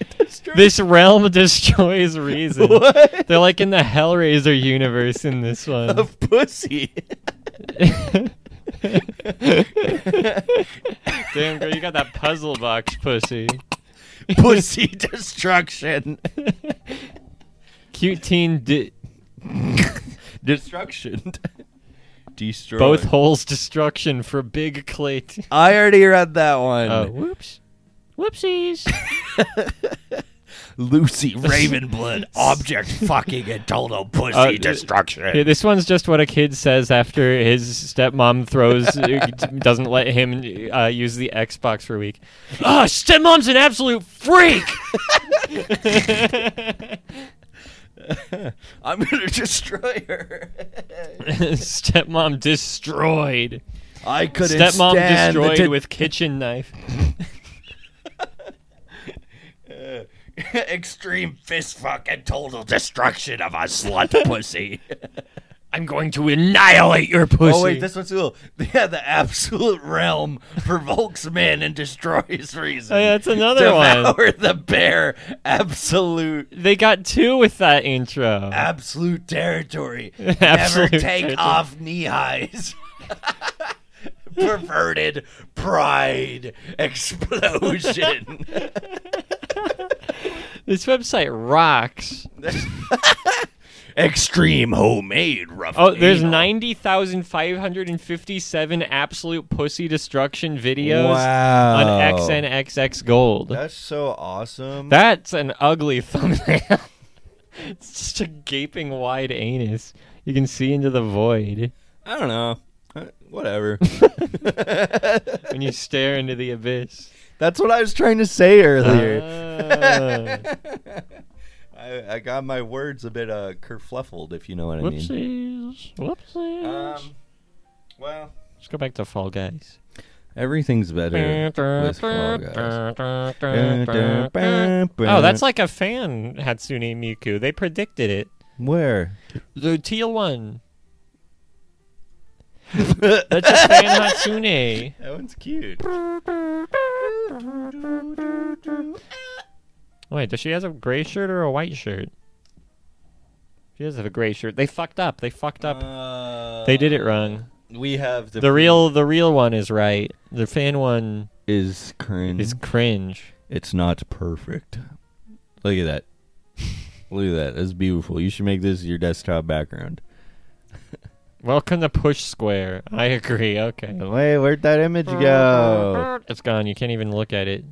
[SPEAKER 3] This realm [LAUGHS] destroys reason.
[SPEAKER 1] What?
[SPEAKER 3] They're like in the Hellraiser universe in this one.
[SPEAKER 1] of
[SPEAKER 3] [LAUGHS]
[SPEAKER 1] pussy. [LAUGHS]
[SPEAKER 3] Damn girl, you got that puzzle box pussy.
[SPEAKER 1] pussy destruction.
[SPEAKER 3] Cute teen di-
[SPEAKER 1] Destruction. Destroy.
[SPEAKER 3] both holes destruction for big clit.
[SPEAKER 1] I already read that one.
[SPEAKER 3] Oh, whoops. Whoopsies. [LAUGHS]
[SPEAKER 1] Lucy Ravenblood, object fucking adult pussy
[SPEAKER 3] Uh,
[SPEAKER 1] destruction.
[SPEAKER 3] Yeah, this one's just what a kid says after his stepmom throws uh, doesn't let him uh, use the Xbox for a week. Oh, stepmom's an absolute freak. [LAUGHS]
[SPEAKER 1] I'm gonna destroy her. [LAUGHS]
[SPEAKER 3] stepmom destroyed.
[SPEAKER 1] I couldn't
[SPEAKER 3] stepmom
[SPEAKER 1] stand the
[SPEAKER 3] destroyed
[SPEAKER 1] di-
[SPEAKER 3] with kitchen knife.
[SPEAKER 1] extreme fist fuck and total destruction of a slut pussy.
[SPEAKER 3] I'm going to annihilate your pussy.
[SPEAKER 1] [LAUGHS] Oh wait, this one's cool. [LAUGHS] Yeah, the absolute realm provokes men and destroys reason. [LAUGHS]
[SPEAKER 3] Oh, yeah, that's another
[SPEAKER 1] Devour
[SPEAKER 3] one.
[SPEAKER 1] the bear, absolute,
[SPEAKER 3] They got two with that intro.
[SPEAKER 1] [LAUGHS] absolute territory.
[SPEAKER 3] [LAUGHS] Absolute
[SPEAKER 1] Never take
[SPEAKER 3] territory.
[SPEAKER 1] off knee highs. [LAUGHS] Perverted pride
[SPEAKER 3] [LAUGHS]
[SPEAKER 1] explosion. [LAUGHS]
[SPEAKER 3] This website rocks.
[SPEAKER 4] extreme homemade rough.
[SPEAKER 3] Oh, there's
[SPEAKER 4] anal.
[SPEAKER 3] 90,557 absolute pussy destruction videos
[SPEAKER 1] Wow.
[SPEAKER 3] on XNXX Gold.
[SPEAKER 1] That's so awesome.
[SPEAKER 3] That's an ugly [LAUGHS] thumbnail. it's just a gaping wide anus. You can see into the void
[SPEAKER 1] I don't know. Uh,
[SPEAKER 3] [LAUGHS]
[SPEAKER 1] Whatever. [LAUGHS]
[SPEAKER 3] when you stare into the abyss.
[SPEAKER 1] That's what I was trying to say earlier.
[SPEAKER 3] Ah,
[SPEAKER 1] [LAUGHS] I, I got my words a bit uh, kerfluffled, if you know what I mean.
[SPEAKER 3] whoopsies. Whoopsies.
[SPEAKER 1] Um, well,
[SPEAKER 3] Let's go back to Fall Guys.
[SPEAKER 1] everything's better with Fall Guys.
[SPEAKER 3] Oh, that's like a fan Hatsune Miku. They predicted it.
[SPEAKER 1] Where?
[SPEAKER 3] The teal one. That's a
[SPEAKER 1] [LAUGHS]
[SPEAKER 3] fan Hatsune.
[SPEAKER 1] That one's cute.
[SPEAKER 3] [LAUGHS] Wait, does she has a gray shirt or a white shirt? She does have a gray shirt. They fucked up. They fucked up.
[SPEAKER 1] Uh,
[SPEAKER 3] they did it wrong.
[SPEAKER 1] We have Uh, the,
[SPEAKER 3] The real, the real one is right. The fan one
[SPEAKER 1] is cringe.
[SPEAKER 3] is cringe.
[SPEAKER 1] It's not perfect. Look at that. [LAUGHS] Look at that. That's beautiful. You should make this your desktop background.
[SPEAKER 3] Welcome to Push Square. I agree. Okay.
[SPEAKER 1] Wait, where'd that image
[SPEAKER 3] [LAUGHS]
[SPEAKER 1] go?
[SPEAKER 3] It's gone. You can't even look at it.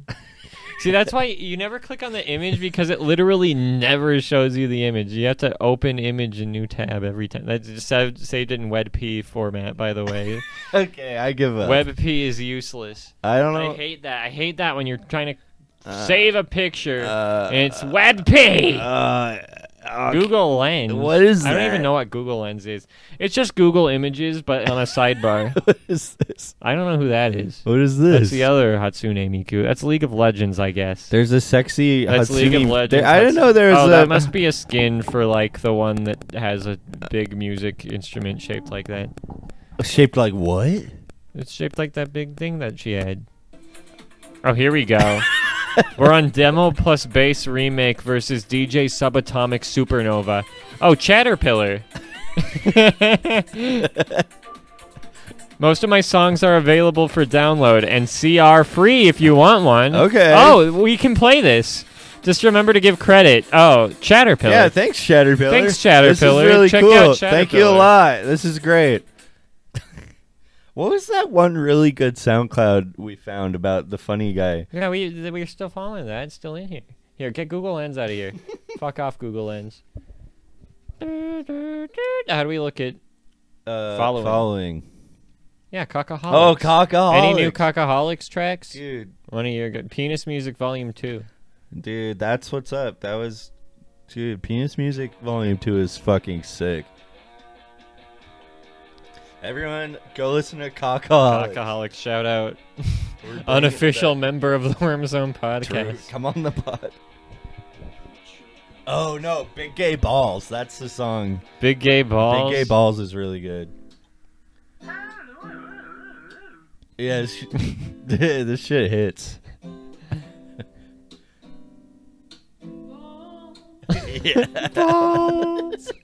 [SPEAKER 3] See, that's why you never click on the image because it literally never shows you the image. You have to open image in new tab every time. That's just saved, saved it in WebP format, by
[SPEAKER 1] [LAUGHS]
[SPEAKER 3] the way.
[SPEAKER 1] okay, I give up.
[SPEAKER 3] WebP is useless.
[SPEAKER 1] I don't
[SPEAKER 3] I
[SPEAKER 1] know.
[SPEAKER 3] hate that. I hate that when you're trying to save a picture
[SPEAKER 1] uh,
[SPEAKER 3] and it's WebP.
[SPEAKER 1] uh, uh,
[SPEAKER 3] Google Lens.
[SPEAKER 1] What is
[SPEAKER 3] I don't even
[SPEAKER 1] that?
[SPEAKER 3] know what Google Lens is. It's just Google Images, but on
[SPEAKER 1] [LAUGHS]
[SPEAKER 3] a sidebar.
[SPEAKER 1] [LAUGHS] what is this?
[SPEAKER 3] I don't know who that is.
[SPEAKER 1] What is
[SPEAKER 3] That's
[SPEAKER 1] this?
[SPEAKER 3] the other Hatsune Miku. That's League of Legends, I guess.
[SPEAKER 1] There's a sexy.
[SPEAKER 3] That's League
[SPEAKER 1] Hatsune-
[SPEAKER 3] of Legends.
[SPEAKER 1] There- I didn't
[SPEAKER 3] That's-
[SPEAKER 1] know there was
[SPEAKER 3] oh,
[SPEAKER 1] a.
[SPEAKER 3] that must be a skin for like the one that has a big music instrument shaped like that.
[SPEAKER 1] [LAUGHS] shaped like what?
[SPEAKER 3] It's shaped like that big thing that she had. Oh, here we go. We're on demo plus bass remake versus DJ Subatomic Supernova. Oh, Chatterpillar. [LAUGHS] Most of my songs are available for download and CR free if you want one.
[SPEAKER 1] Okay.
[SPEAKER 3] Oh, we can play this. Just remember to give credit. Oh, Chatterpillar.
[SPEAKER 1] Yeah, thanks, Shatterpillar.
[SPEAKER 3] Thanks,
[SPEAKER 1] This is
[SPEAKER 3] Shatterpillar.
[SPEAKER 1] really
[SPEAKER 3] Check
[SPEAKER 1] cool.
[SPEAKER 3] out
[SPEAKER 1] Thank you a
[SPEAKER 3] Shatterpillar.
[SPEAKER 1] lot. This is great. [LAUGHS] what was that one really good SoundCloud we found about the funny guy?
[SPEAKER 3] Yeah, we th- we're still following that. It's still in here. Here, get Google Lens out
[SPEAKER 1] [LAUGHS]
[SPEAKER 3] of here. Fuck off, Google Lens. How do we look at?
[SPEAKER 1] Uh,
[SPEAKER 3] Following.
[SPEAKER 1] following.
[SPEAKER 3] Yeah, cockaholics.
[SPEAKER 1] Oh, cockaholics.
[SPEAKER 3] Any new cockaholics tracks?
[SPEAKER 1] dude?
[SPEAKER 3] One of your good penis music volume two.
[SPEAKER 1] Dude, that's what's up. That was, dude. Penis music volume two is fucking sick. Everyone, go listen to cockaholics.
[SPEAKER 3] Cockaholics shout [LAUGHS] out.
[SPEAKER 1] We're bringing it
[SPEAKER 3] Unofficial
[SPEAKER 1] back.
[SPEAKER 3] member of the Worm Zone podcast.
[SPEAKER 1] Come on the pod. Oh no, Big Gay Balls. That's the song.
[SPEAKER 3] Big gay balls.
[SPEAKER 1] Big Gay Balls is really good. Yeah, [LAUGHS] this, sh- this shit hits. yeah. Balls. [LAUGHS]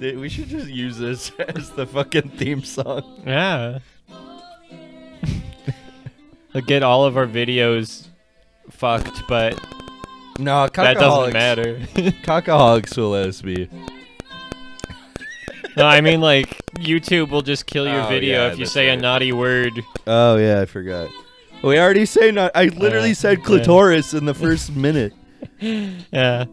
[SPEAKER 1] Dude, we should just use this as the fucking theme song.
[SPEAKER 3] Yeah. [LAUGHS] Look, get all of our videos fucked, but
[SPEAKER 1] No,
[SPEAKER 3] that
[SPEAKER 1] [LAUGHS]
[SPEAKER 3] doesn't matter. [LAUGHS]
[SPEAKER 1] Cockaholics will let us be.
[SPEAKER 3] No, I mean like YouTube will just kill your
[SPEAKER 1] Oh,
[SPEAKER 3] video
[SPEAKER 1] yeah,
[SPEAKER 3] if you
[SPEAKER 1] that's
[SPEAKER 3] say a
[SPEAKER 1] right.
[SPEAKER 3] naughty word.
[SPEAKER 1] Oh yeah, I forgot. We already say not. I literally
[SPEAKER 3] yeah.
[SPEAKER 1] said
[SPEAKER 3] Yeah.
[SPEAKER 1] clitoris [LAUGHS] in the first minute.
[SPEAKER 3] Yeah.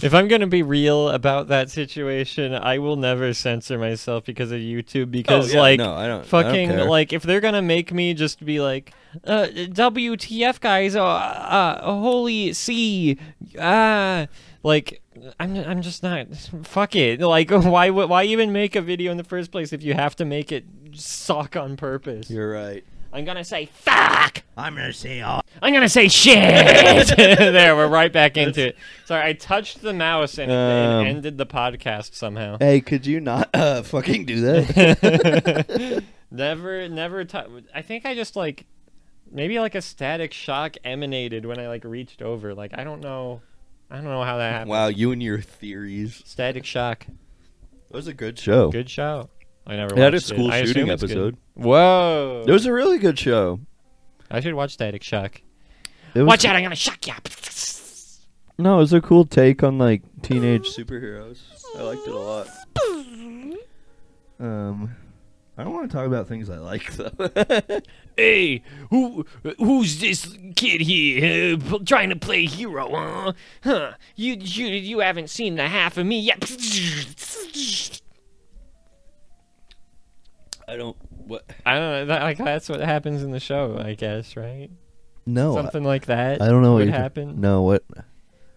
[SPEAKER 3] If I'm gonna be real about that situation, I will never censor myself because of YouTube because
[SPEAKER 1] Oh, yeah,
[SPEAKER 3] like
[SPEAKER 1] no, I don't- I don't
[SPEAKER 3] fucking
[SPEAKER 1] care.
[SPEAKER 3] like if they're gonna make me just be like uh, WTF guys, uh, uh, holy C, ah, like I'm I'm just not fuck it. Like [LAUGHS] why would- why even make a video in the first place if you have to make it suck on purpose?
[SPEAKER 1] You're right.
[SPEAKER 3] I'm gonna say fuck. I'm gonna say uh, I'm gonna say shit. [LAUGHS] there, we're right back into it. Sorry, I touched the mouse and, it- it
[SPEAKER 1] Um,
[SPEAKER 3] ended the podcast somehow.
[SPEAKER 1] Hey, could you not uh, [LAUGHS] fucking do that? [LAUGHS]
[SPEAKER 3] never, never. T- I think I just like maybe like a static shock emanated when I like reached over. Like I don't know, I don't know how that happened.
[SPEAKER 1] wow, you and your theories.
[SPEAKER 3] Static shock.
[SPEAKER 1] That was a good show.
[SPEAKER 3] Good show. I never
[SPEAKER 1] They had a
[SPEAKER 3] watched it.
[SPEAKER 1] school
[SPEAKER 3] I assume
[SPEAKER 1] shooting
[SPEAKER 3] it's good.
[SPEAKER 1] episode.
[SPEAKER 3] Whoa.
[SPEAKER 1] It was a really good show.
[SPEAKER 3] I should watch Static Shock.
[SPEAKER 1] It was,
[SPEAKER 3] Watch out, I'm gonna shock ya.
[SPEAKER 1] No, it was a cool take on like teenage
[SPEAKER 4] Mm.
[SPEAKER 1] superheroes. I liked it a lot. Um, I don't want to talk about things I like though. [LAUGHS]
[SPEAKER 3] Hey, who who's this kid here uh, p- trying to play hero? Huh? huh? You you you haven't seen the half of me yet.
[SPEAKER 1] I don't. What?
[SPEAKER 3] I don't know. That, like that's what happens in the show, I guess, right?
[SPEAKER 1] No. I,
[SPEAKER 3] something like that.
[SPEAKER 1] I don't know
[SPEAKER 3] would
[SPEAKER 1] what you're-
[SPEAKER 3] happen.
[SPEAKER 1] No. What?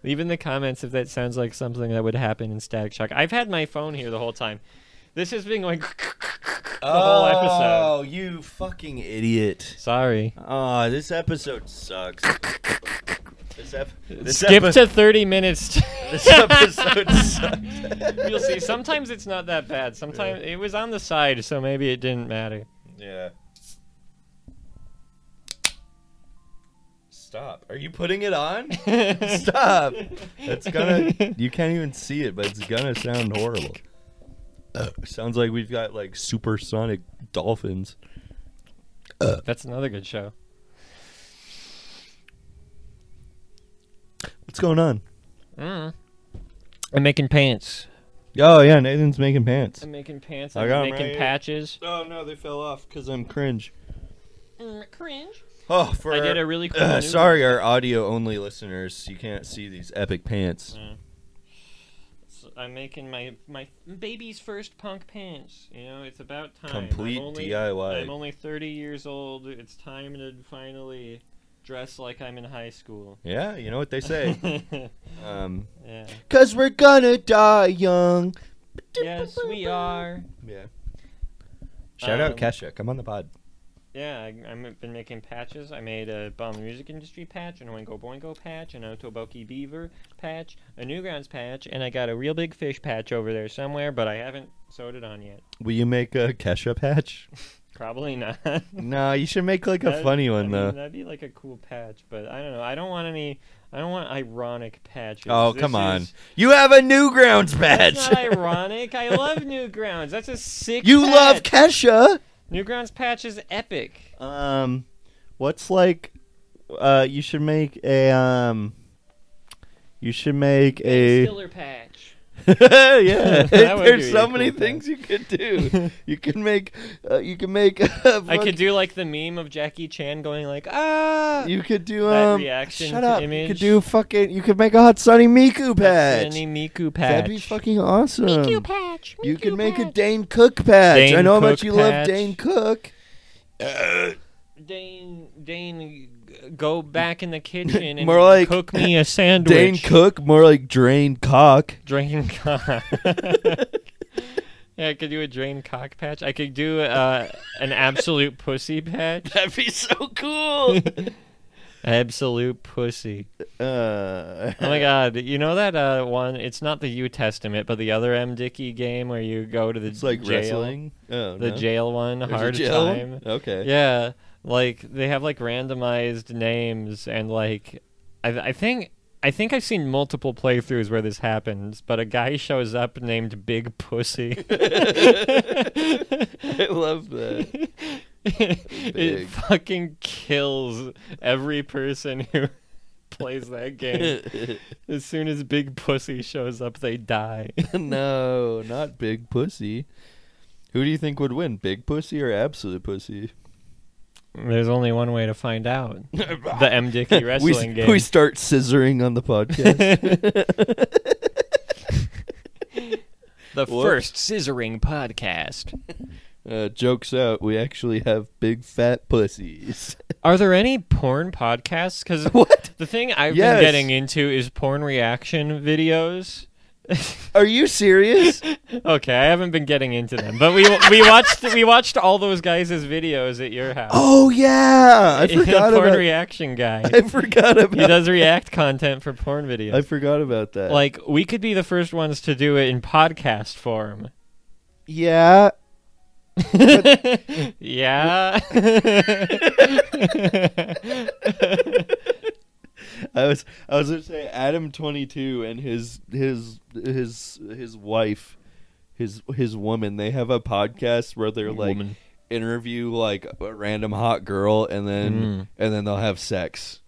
[SPEAKER 3] Leave in the comments if that sounds like something that would happen in Static Shock. I've had my phone here the whole time. This has been going [LAUGHS] the whole episode.
[SPEAKER 4] Oh, you fucking idiot.
[SPEAKER 3] Sorry.
[SPEAKER 1] Ah, this episode sucks. this ep- this
[SPEAKER 3] Skip
[SPEAKER 1] epi-
[SPEAKER 3] to 30 minutes. [LAUGHS]
[SPEAKER 1] This episode sucks.
[SPEAKER 3] You'll see. Sometimes it's not that bad. Sometimes it was on the side, so maybe it didn't matter. [LAUGHS]
[SPEAKER 4] Yeah. Stop. Are you putting it on? Stop. It's gonna. You can't even see it, but it's gonna sound horrible. Uh, Sounds like we've got like supersonic dolphins.
[SPEAKER 3] That's another good show.
[SPEAKER 4] What's going on?
[SPEAKER 3] Mm. I'm making pants.
[SPEAKER 1] Oh yeah, Nathan's making pants.
[SPEAKER 3] I'm making pants.
[SPEAKER 1] I
[SPEAKER 3] I'm
[SPEAKER 1] got 'em
[SPEAKER 3] making
[SPEAKER 1] right here.
[SPEAKER 3] patches.
[SPEAKER 1] Oh no, they fell off because I'm cringe.
[SPEAKER 3] Mm, cringe.
[SPEAKER 4] Oh, for
[SPEAKER 3] I did
[SPEAKER 4] our-
[SPEAKER 3] a really cool.
[SPEAKER 4] Uh,
[SPEAKER 3] new-
[SPEAKER 4] sorry, our audio only listeners. You can't see these epic pants.
[SPEAKER 3] So I'm making my my baby's first punk pants. You know, it's about time. I'm
[SPEAKER 4] Complete
[SPEAKER 3] only-
[SPEAKER 4] DIY.
[SPEAKER 3] I'm only 30 years old. It's time to finally dress like I'm in high school.
[SPEAKER 4] Yeah, you know what they
[SPEAKER 1] [LAUGHS]
[SPEAKER 4] say. um,
[SPEAKER 3] [LAUGHS] yeah.
[SPEAKER 4] Cause we're gonna die young.
[SPEAKER 3] Yes, we are.
[SPEAKER 4] Yeah. Shout
[SPEAKER 3] Um,
[SPEAKER 4] out Kesha. Come on the pod.
[SPEAKER 3] Yeah, I, I've been making patches. I made a Bomb the Music Industry patch, an Oingo Boingo patch, an Otoboki Beaver patch, a Newgrounds patch, and I got a real big fish patch over there somewhere, but I haven't sewed it on yet.
[SPEAKER 4] Will you make a Kesha
[SPEAKER 1] [LAUGHS]
[SPEAKER 4] patch?
[SPEAKER 3] Probably not. [LAUGHS] a
[SPEAKER 4] no, you should make like a funny one though.
[SPEAKER 3] That'd be like a cool patch, but I don't know. I don't want any. I don't want ironic patches.
[SPEAKER 4] Oh,
[SPEAKER 3] This
[SPEAKER 4] come on.
[SPEAKER 3] is-
[SPEAKER 4] You have a Newgrounds patch. [LAUGHS]
[SPEAKER 3] That's not ironic. I love Newgrounds. That's a sick.
[SPEAKER 4] you
[SPEAKER 3] patch.
[SPEAKER 4] love Kesha.
[SPEAKER 3] Newgrounds patch is epic.
[SPEAKER 1] Um, what's like? Uh, you should make a um. You should make a
[SPEAKER 3] Stiller patch.
[SPEAKER 1] [LAUGHS]
[SPEAKER 3] [LAUGHS]
[SPEAKER 1] yeah.
[SPEAKER 3] That would be
[SPEAKER 1] There's so
[SPEAKER 3] a
[SPEAKER 1] many
[SPEAKER 3] cool
[SPEAKER 1] things you could
[SPEAKER 3] [LAUGHS]
[SPEAKER 1] do. you can make. Uh, you can make. [LAUGHS] Uh,
[SPEAKER 3] I could do like the meme of Jackie Chan going like ah.
[SPEAKER 1] You could do
[SPEAKER 3] that
[SPEAKER 1] um.
[SPEAKER 3] reaction
[SPEAKER 1] shut
[SPEAKER 3] to
[SPEAKER 1] up. You
[SPEAKER 3] image.
[SPEAKER 1] could do fucking. You could make a hot Sunny Miku patch.
[SPEAKER 3] Any Miku patch.
[SPEAKER 1] That'd be fucking awesome.
[SPEAKER 8] Miku patch.
[SPEAKER 1] you
[SPEAKER 8] Miku
[SPEAKER 1] could make a
[SPEAKER 8] patch.
[SPEAKER 1] Dane Cook patch. I
[SPEAKER 3] Dane
[SPEAKER 1] know how much
[SPEAKER 3] Cook
[SPEAKER 1] you
[SPEAKER 3] patch.
[SPEAKER 1] love Dane Cook.
[SPEAKER 3] Dane, Dane, g- go back in the kitchen and
[SPEAKER 1] More like
[SPEAKER 3] cook me a sandwich.
[SPEAKER 1] Dane Cook, more like drain cock.
[SPEAKER 3] Drain [LAUGHS] cock. yeah, I could do a drain cock patch. I could do uh, an absolute pussy patch.
[SPEAKER 1] [LAUGHS] That'd be so cool.
[SPEAKER 3] [LAUGHS] Absolute pussy.
[SPEAKER 1] Uh,
[SPEAKER 3] Oh
[SPEAKER 1] [LAUGHS]
[SPEAKER 3] my god! You know that uh, one? It's not the U Testament, but the other M Dickey game where you go to the
[SPEAKER 1] it's like
[SPEAKER 3] jail,
[SPEAKER 1] wrestling. Oh,
[SPEAKER 3] the
[SPEAKER 1] no.
[SPEAKER 3] jail one,
[SPEAKER 1] There's a
[SPEAKER 3] hard
[SPEAKER 1] jail one?
[SPEAKER 3] time.
[SPEAKER 1] Okay.
[SPEAKER 3] Yeah, like they have like randomized names and like I, I think I think I've seen multiple playthroughs where this happens, but a guy shows up named Big Pussy.
[SPEAKER 1] [LAUGHS] [LAUGHS]
[SPEAKER 3] [LAUGHS]
[SPEAKER 1] I love that.
[SPEAKER 3] it
[SPEAKER 1] Big.
[SPEAKER 3] fucking kills every person who [LAUGHS] plays
[SPEAKER 1] [LAUGHS]
[SPEAKER 3] that game. [LAUGHS] as soon as Big Pussy shows up, they die. [LAUGHS]
[SPEAKER 1] [LAUGHS] no, not big pussy. Who do you think would win, big pussy or absolute pussy?
[SPEAKER 3] There's only one way to
[SPEAKER 1] [LAUGHS]
[SPEAKER 3] find out: the M Dickey
[SPEAKER 1] we,
[SPEAKER 3] wrestling game.
[SPEAKER 1] we start scissoring on the podcast.
[SPEAKER 3] the
[SPEAKER 1] Whoops.
[SPEAKER 3] first scissoring podcast.
[SPEAKER 1] uh, jokes out. We actually have big fat pussies.
[SPEAKER 3] Are there any porn podcasts? Because
[SPEAKER 1] [LAUGHS] what?
[SPEAKER 3] the thing I've
[SPEAKER 1] Yes.
[SPEAKER 3] been getting into is porn reaction videos. [LAUGHS]
[SPEAKER 1] Are you serious?
[SPEAKER 3] okay, I haven't been getting into them, but we we watched we watched all those guys' videos at your house.
[SPEAKER 1] [LAUGHS] oh
[SPEAKER 3] [LAUGHS]
[SPEAKER 1] yeah, I forgot
[SPEAKER 3] porn
[SPEAKER 1] about.
[SPEAKER 3] reaction guy.
[SPEAKER 1] [LAUGHS] I forgot
[SPEAKER 3] he
[SPEAKER 1] about.
[SPEAKER 3] does react content for porn videos.
[SPEAKER 1] I forgot about that.
[SPEAKER 3] like we could be the first ones to do it in
[SPEAKER 1] [LAUGHS]
[SPEAKER 3] podcast form.
[SPEAKER 1] yeah,
[SPEAKER 3] yeah. [LAUGHS]
[SPEAKER 1] I was I was gonna say Adam twenty two and his his his his wife, his his woman. They have a podcast where they're like interview like a random hot girl and
[SPEAKER 3] Mm.
[SPEAKER 1] then and then they'll have sex.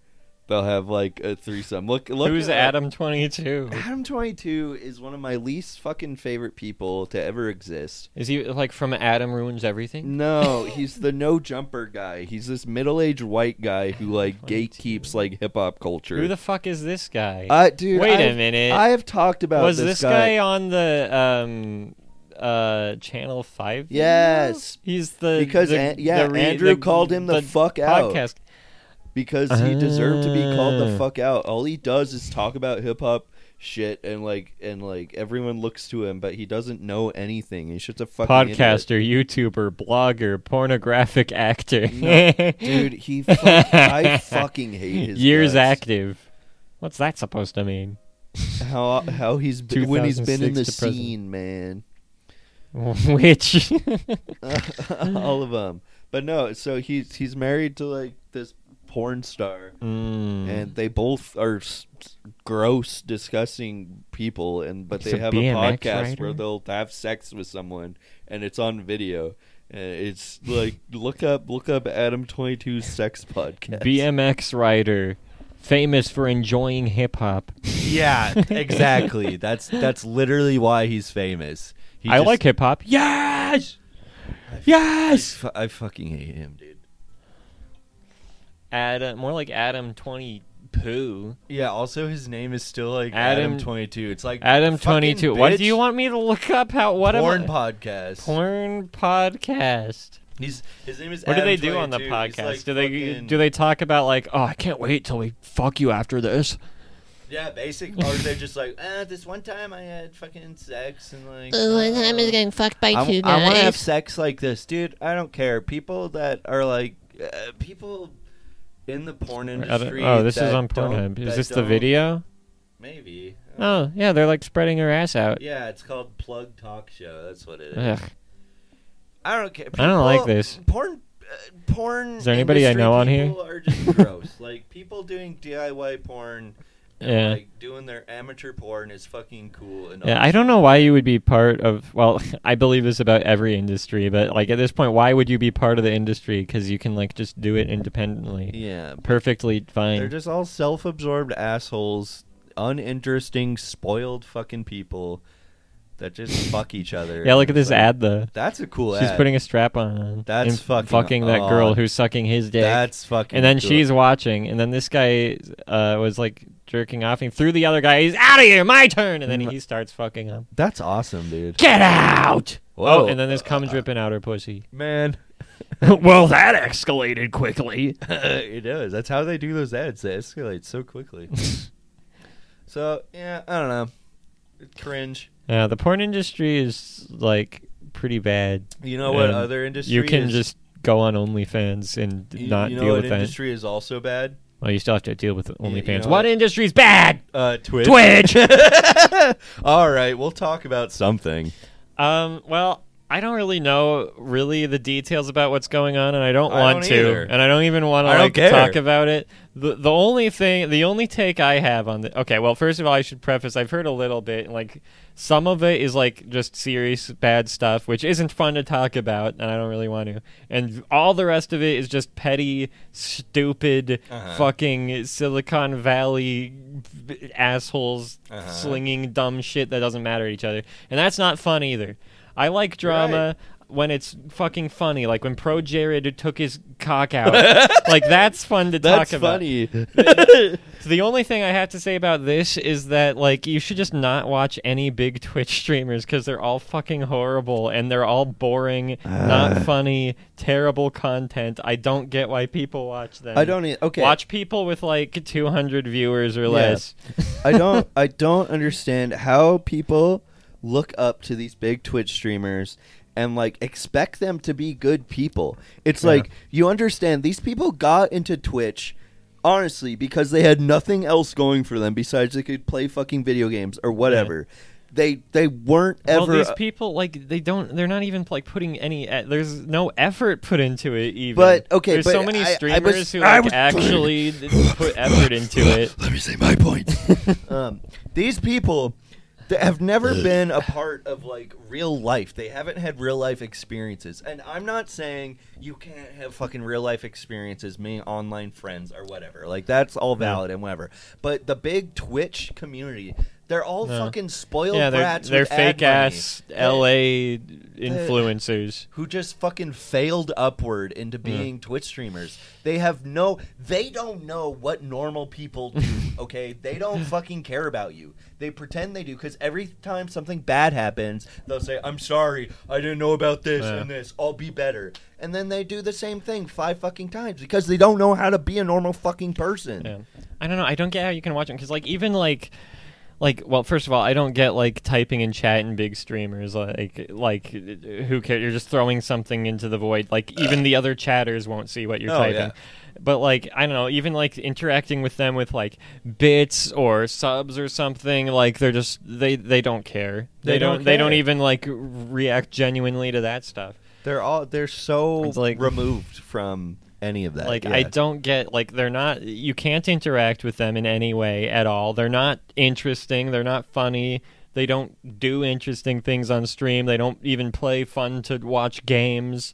[SPEAKER 1] They'll have like a threesome. Look, look.
[SPEAKER 3] Who's
[SPEAKER 1] it up.
[SPEAKER 3] Adam Twenty Two?
[SPEAKER 1] Adam Twenty Two is one of my least fucking favorite people to ever exist.
[SPEAKER 3] Is he like from Adam Ruins Everything?
[SPEAKER 1] No, he's the no jumper guy. He's this middle aged white guy who like
[SPEAKER 3] 22.
[SPEAKER 1] gatekeeps like hip hop culture.
[SPEAKER 3] Who the fuck is this guy?
[SPEAKER 1] uh, dude,
[SPEAKER 3] Wait a
[SPEAKER 1] I've-
[SPEAKER 3] minute.
[SPEAKER 1] I have talked about
[SPEAKER 3] Was
[SPEAKER 1] this,
[SPEAKER 3] this guy. on the um uh Channel Five? video?
[SPEAKER 1] Yes.
[SPEAKER 3] he's the
[SPEAKER 1] Because
[SPEAKER 3] the,
[SPEAKER 1] An- yeah,
[SPEAKER 3] the re-
[SPEAKER 1] Andrew called him the fuck out.
[SPEAKER 3] Podcast.
[SPEAKER 1] because he deserved to be called the
[SPEAKER 3] Ah.
[SPEAKER 1] fuck out. All he does is talk about hip hop shit and like and like everyone looks to him, but he doesn't know anything. He's just a fucking idiot.
[SPEAKER 3] Podcaster, YouTuber, blogger, pornographic
[SPEAKER 1] [LAUGHS]
[SPEAKER 3] actor.
[SPEAKER 1] dude.
[SPEAKER 3] [LAUGHS]
[SPEAKER 1] He, fuck, I fucking hate his
[SPEAKER 3] Years
[SPEAKER 1] guts.
[SPEAKER 3] active. What's that supposed to mean? [LAUGHS]
[SPEAKER 1] How how he's been, when he's been in
[SPEAKER 3] 2006
[SPEAKER 1] the
[SPEAKER 3] to present.
[SPEAKER 1] scene, man. [LAUGHS]
[SPEAKER 3] Which
[SPEAKER 1] All of them. But no, so he's he's married to like this porn star.
[SPEAKER 3] [LAUGHS] Mm.
[SPEAKER 1] and they both are s- s- gross, disgusting people. And but
[SPEAKER 3] He's
[SPEAKER 1] they
[SPEAKER 3] a
[SPEAKER 1] have a
[SPEAKER 3] BMX
[SPEAKER 1] podcast where
[SPEAKER 3] rider?
[SPEAKER 1] they'll have sex with someone, and it's on video. And it's like [LAUGHS] look up look up Adam 22's sex podcast.
[SPEAKER 3] BMX rider, famous for enjoying hip hop. [LAUGHS]
[SPEAKER 4] Yeah, exactly. that's that's literally why he's famous. He
[SPEAKER 3] I
[SPEAKER 4] just-
[SPEAKER 3] like hip hop. Yes, yes.
[SPEAKER 4] Fu- I fucking hate him, dude.
[SPEAKER 3] Adam, more like Adam twenty poo.
[SPEAKER 4] Yeah. Also, his name is still like
[SPEAKER 3] Adam-
[SPEAKER 4] Adam, Twenty Two. It's like
[SPEAKER 3] Adam
[SPEAKER 4] fucking
[SPEAKER 3] twenty two. What do
[SPEAKER 4] bitch,
[SPEAKER 3] you want me to look up? How what am
[SPEAKER 4] Porn
[SPEAKER 3] I-
[SPEAKER 4] podcast.
[SPEAKER 3] porn podcast?
[SPEAKER 4] He's his name is.
[SPEAKER 3] What do
[SPEAKER 4] Adam
[SPEAKER 3] they do on the
[SPEAKER 4] 22. He's,
[SPEAKER 3] podcast?
[SPEAKER 4] like,
[SPEAKER 3] do they
[SPEAKER 4] fucking-
[SPEAKER 3] do they talk about like oh I can't wait till we fuck you after this?
[SPEAKER 4] Yeah, basic. Or they're just like, ah, this one time I had fucking sex and like.
[SPEAKER 9] Uh, One time I was getting fucked by
[SPEAKER 4] I,
[SPEAKER 9] two guys.
[SPEAKER 4] want to have sex like this, dude. I don't care. People that are like, uh, people in the porn
[SPEAKER 3] I don't-
[SPEAKER 4] industry.
[SPEAKER 3] Oh, this
[SPEAKER 4] that
[SPEAKER 3] is on
[SPEAKER 4] don't-
[SPEAKER 3] Pornhub. Is
[SPEAKER 4] that
[SPEAKER 3] this the
[SPEAKER 4] don't-
[SPEAKER 3] video?
[SPEAKER 4] Maybe.
[SPEAKER 3] Oh yeah, they're like spreading her ass out.
[SPEAKER 4] Yeah, it's called Plug Talk Show. That's what it is.
[SPEAKER 3] Ugh.
[SPEAKER 4] I don't care.
[SPEAKER 3] I don't like
[SPEAKER 4] People-
[SPEAKER 3] this.
[SPEAKER 4] Porn. Uh, porn.
[SPEAKER 3] Is there anybody I
[SPEAKER 4] industry
[SPEAKER 3] know on here?
[SPEAKER 4] People are
[SPEAKER 1] [LAUGHS]
[SPEAKER 4] just gross. Like people doing DIY porn. And,
[SPEAKER 3] Yeah.
[SPEAKER 4] Like doing their amateur porn is fucking cool. And
[SPEAKER 3] Yeah,
[SPEAKER 4] all
[SPEAKER 3] I don't know why you would be part of. Well, [LAUGHS] I believe this about every industry, but like at this point, why would you be part of the industry? Because you can like just do it independently,
[SPEAKER 1] Yeah,
[SPEAKER 3] perfectly
[SPEAKER 1] they're
[SPEAKER 3] fine.
[SPEAKER 1] just all self-absorbed assholes, uninteresting, spoiled fucking people that just [LAUGHS] fuck each other.
[SPEAKER 3] Yeah, look
[SPEAKER 1] And
[SPEAKER 3] at
[SPEAKER 1] it's
[SPEAKER 3] this
[SPEAKER 1] like,
[SPEAKER 3] ad though.
[SPEAKER 1] That's a cool
[SPEAKER 3] She's
[SPEAKER 1] ad.
[SPEAKER 3] putting a strap on.
[SPEAKER 1] That's
[SPEAKER 3] and
[SPEAKER 1] fucking
[SPEAKER 3] that girl
[SPEAKER 1] odd.
[SPEAKER 3] who's sucking his dick.
[SPEAKER 1] That's fucking.
[SPEAKER 3] and then
[SPEAKER 1] cool.
[SPEAKER 3] she's watching, and then this guy uh, was like jerking off and threw the other guy. He's out of here, my turn, and then
[SPEAKER 1] Mm-hmm.
[SPEAKER 3] he starts fucking up.
[SPEAKER 1] That's awesome, dude.
[SPEAKER 3] [LAUGHS] Get out! [LAUGHS]
[SPEAKER 1] Whoa. Uh,
[SPEAKER 3] Oh, and then this cum dripping out her pussy.
[SPEAKER 1] man.
[SPEAKER 3] well, that escalated quickly.
[SPEAKER 1] [LAUGHS] it does. That's how they do those ads. They escalate so
[SPEAKER 3] [LAUGHS]
[SPEAKER 1] quickly. so yeah, I don't know. Cringe.
[SPEAKER 3] Yeah, the porn industry is like pretty bad.
[SPEAKER 1] You know what
[SPEAKER 3] And
[SPEAKER 1] other industry?
[SPEAKER 3] you can
[SPEAKER 1] is,
[SPEAKER 3] just go on OnlyFans and
[SPEAKER 1] you,
[SPEAKER 3] not
[SPEAKER 1] you know
[SPEAKER 3] deal
[SPEAKER 1] what
[SPEAKER 3] with that.
[SPEAKER 1] industry is also bad.
[SPEAKER 3] Well, you still have to deal with OnlyFans.
[SPEAKER 1] you know
[SPEAKER 3] what
[SPEAKER 1] what?
[SPEAKER 3] industry's bad?
[SPEAKER 1] Uh, Twitch.
[SPEAKER 3] Twitch.
[SPEAKER 1] [LAUGHS] All right, we'll talk about something.
[SPEAKER 3] um, well, I don't really know really the details about what's going on, and I don't
[SPEAKER 1] I
[SPEAKER 3] want
[SPEAKER 1] don't
[SPEAKER 3] to,
[SPEAKER 1] either.
[SPEAKER 3] and I don't even want to
[SPEAKER 1] I don't
[SPEAKER 3] like
[SPEAKER 1] care.
[SPEAKER 3] talk about it. the The only thing, the only take I have on the okay, well, first of all, I should preface I've heard a little bit, and like some of it is like just serious bad stuff, which isn't fun to talk about, and I don't really want to. And all the rest of it is just petty, stupid,
[SPEAKER 1] Uh-huh.
[SPEAKER 3] fucking Silicon Valley b- assholes
[SPEAKER 1] Uh-huh.
[SPEAKER 3] slinging dumb shit that doesn't matter to each other, and that's not fun either. I like drama when it's fucking funny, like when Pro Jared took his cock out. [LAUGHS] like that's fun to
[SPEAKER 1] That's
[SPEAKER 3] talk about. [LAUGHS]
[SPEAKER 1] funny. [LAUGHS]
[SPEAKER 3] So the only thing I have to say about this is that like you should just not watch any big [LAUGHS] Twitch streamers because they're all fucking horrible and they're all boring,
[SPEAKER 1] Ah.
[SPEAKER 3] not funny, terrible content. I don't get why people watch them.
[SPEAKER 1] I don't. e- Okay.
[SPEAKER 3] watch people with like 200 viewers or less.
[SPEAKER 1] I don't I don't understand how people look up to these big Twitch streamers and like expect them to be good people. It's like you understand these people got into Twitch honestly because they had nothing else going for them besides they could play fucking video games or whatever. They they weren't ever uh,
[SPEAKER 3] well, these people like they don't. They're not even like putting any. e- There's no effort put into it. Even.
[SPEAKER 1] But, okay,
[SPEAKER 3] there's
[SPEAKER 1] but
[SPEAKER 3] so many
[SPEAKER 1] I- I was-
[SPEAKER 3] streamers who
[SPEAKER 1] I
[SPEAKER 3] like
[SPEAKER 1] was- [LAUGHS]
[SPEAKER 3] actually put effort into it.
[SPEAKER 1] [LAUGHS] Let me say my point. um, these people that have never been a part of like real life. They haven't had real life experiences. And I'm not saying you can't have fucking real life experiences, me online friends or whatever. Like that's all valid and whatever. But the big Twitch community, they're all
[SPEAKER 3] No.
[SPEAKER 1] fucking spoiled
[SPEAKER 3] yeah, they're,
[SPEAKER 1] brats
[SPEAKER 3] they're
[SPEAKER 1] with ad
[SPEAKER 3] fake ass
[SPEAKER 1] money.
[SPEAKER 3] LA influencers.
[SPEAKER 1] who just fucking failed upward into being Twitch streamers. They have no they don't know what normal people
[SPEAKER 3] [LAUGHS]
[SPEAKER 1] do, okay? they don't fucking care about you. They pretend they do cuz every time something bad happens, they'll say, "I'm sorry. I didn't know about this
[SPEAKER 3] Yeah.
[SPEAKER 1] and this. I'll be better." And then they do the same thing five fucking times because they don't know how to be a normal fucking person.
[SPEAKER 3] Yeah. I don't know. I don't get how you can watch them because, like, even like, like, well, first of all, I don't get like typing in chat and big streamers. Like, like, who cares? You're just throwing something into the void. Like, even the other chatters won't see what you're
[SPEAKER 1] Oh,
[SPEAKER 3] typing.
[SPEAKER 1] yeah.
[SPEAKER 3] But like, I don't know. Even like interacting with them with like bits or subs or something. Like, they're just they they don't care. They,
[SPEAKER 1] They don't
[SPEAKER 3] They don't
[SPEAKER 1] care.
[SPEAKER 3] even like react genuinely to that stuff.
[SPEAKER 1] They're all they're so
[SPEAKER 3] It's like-
[SPEAKER 1] removed from any of that.
[SPEAKER 3] Like
[SPEAKER 1] yeah.
[SPEAKER 3] I don't get like they're not you can't interact with them in any way at all. They're not interesting, they're not funny. They don't do interesting things on stream. They don't even play fun to watch games.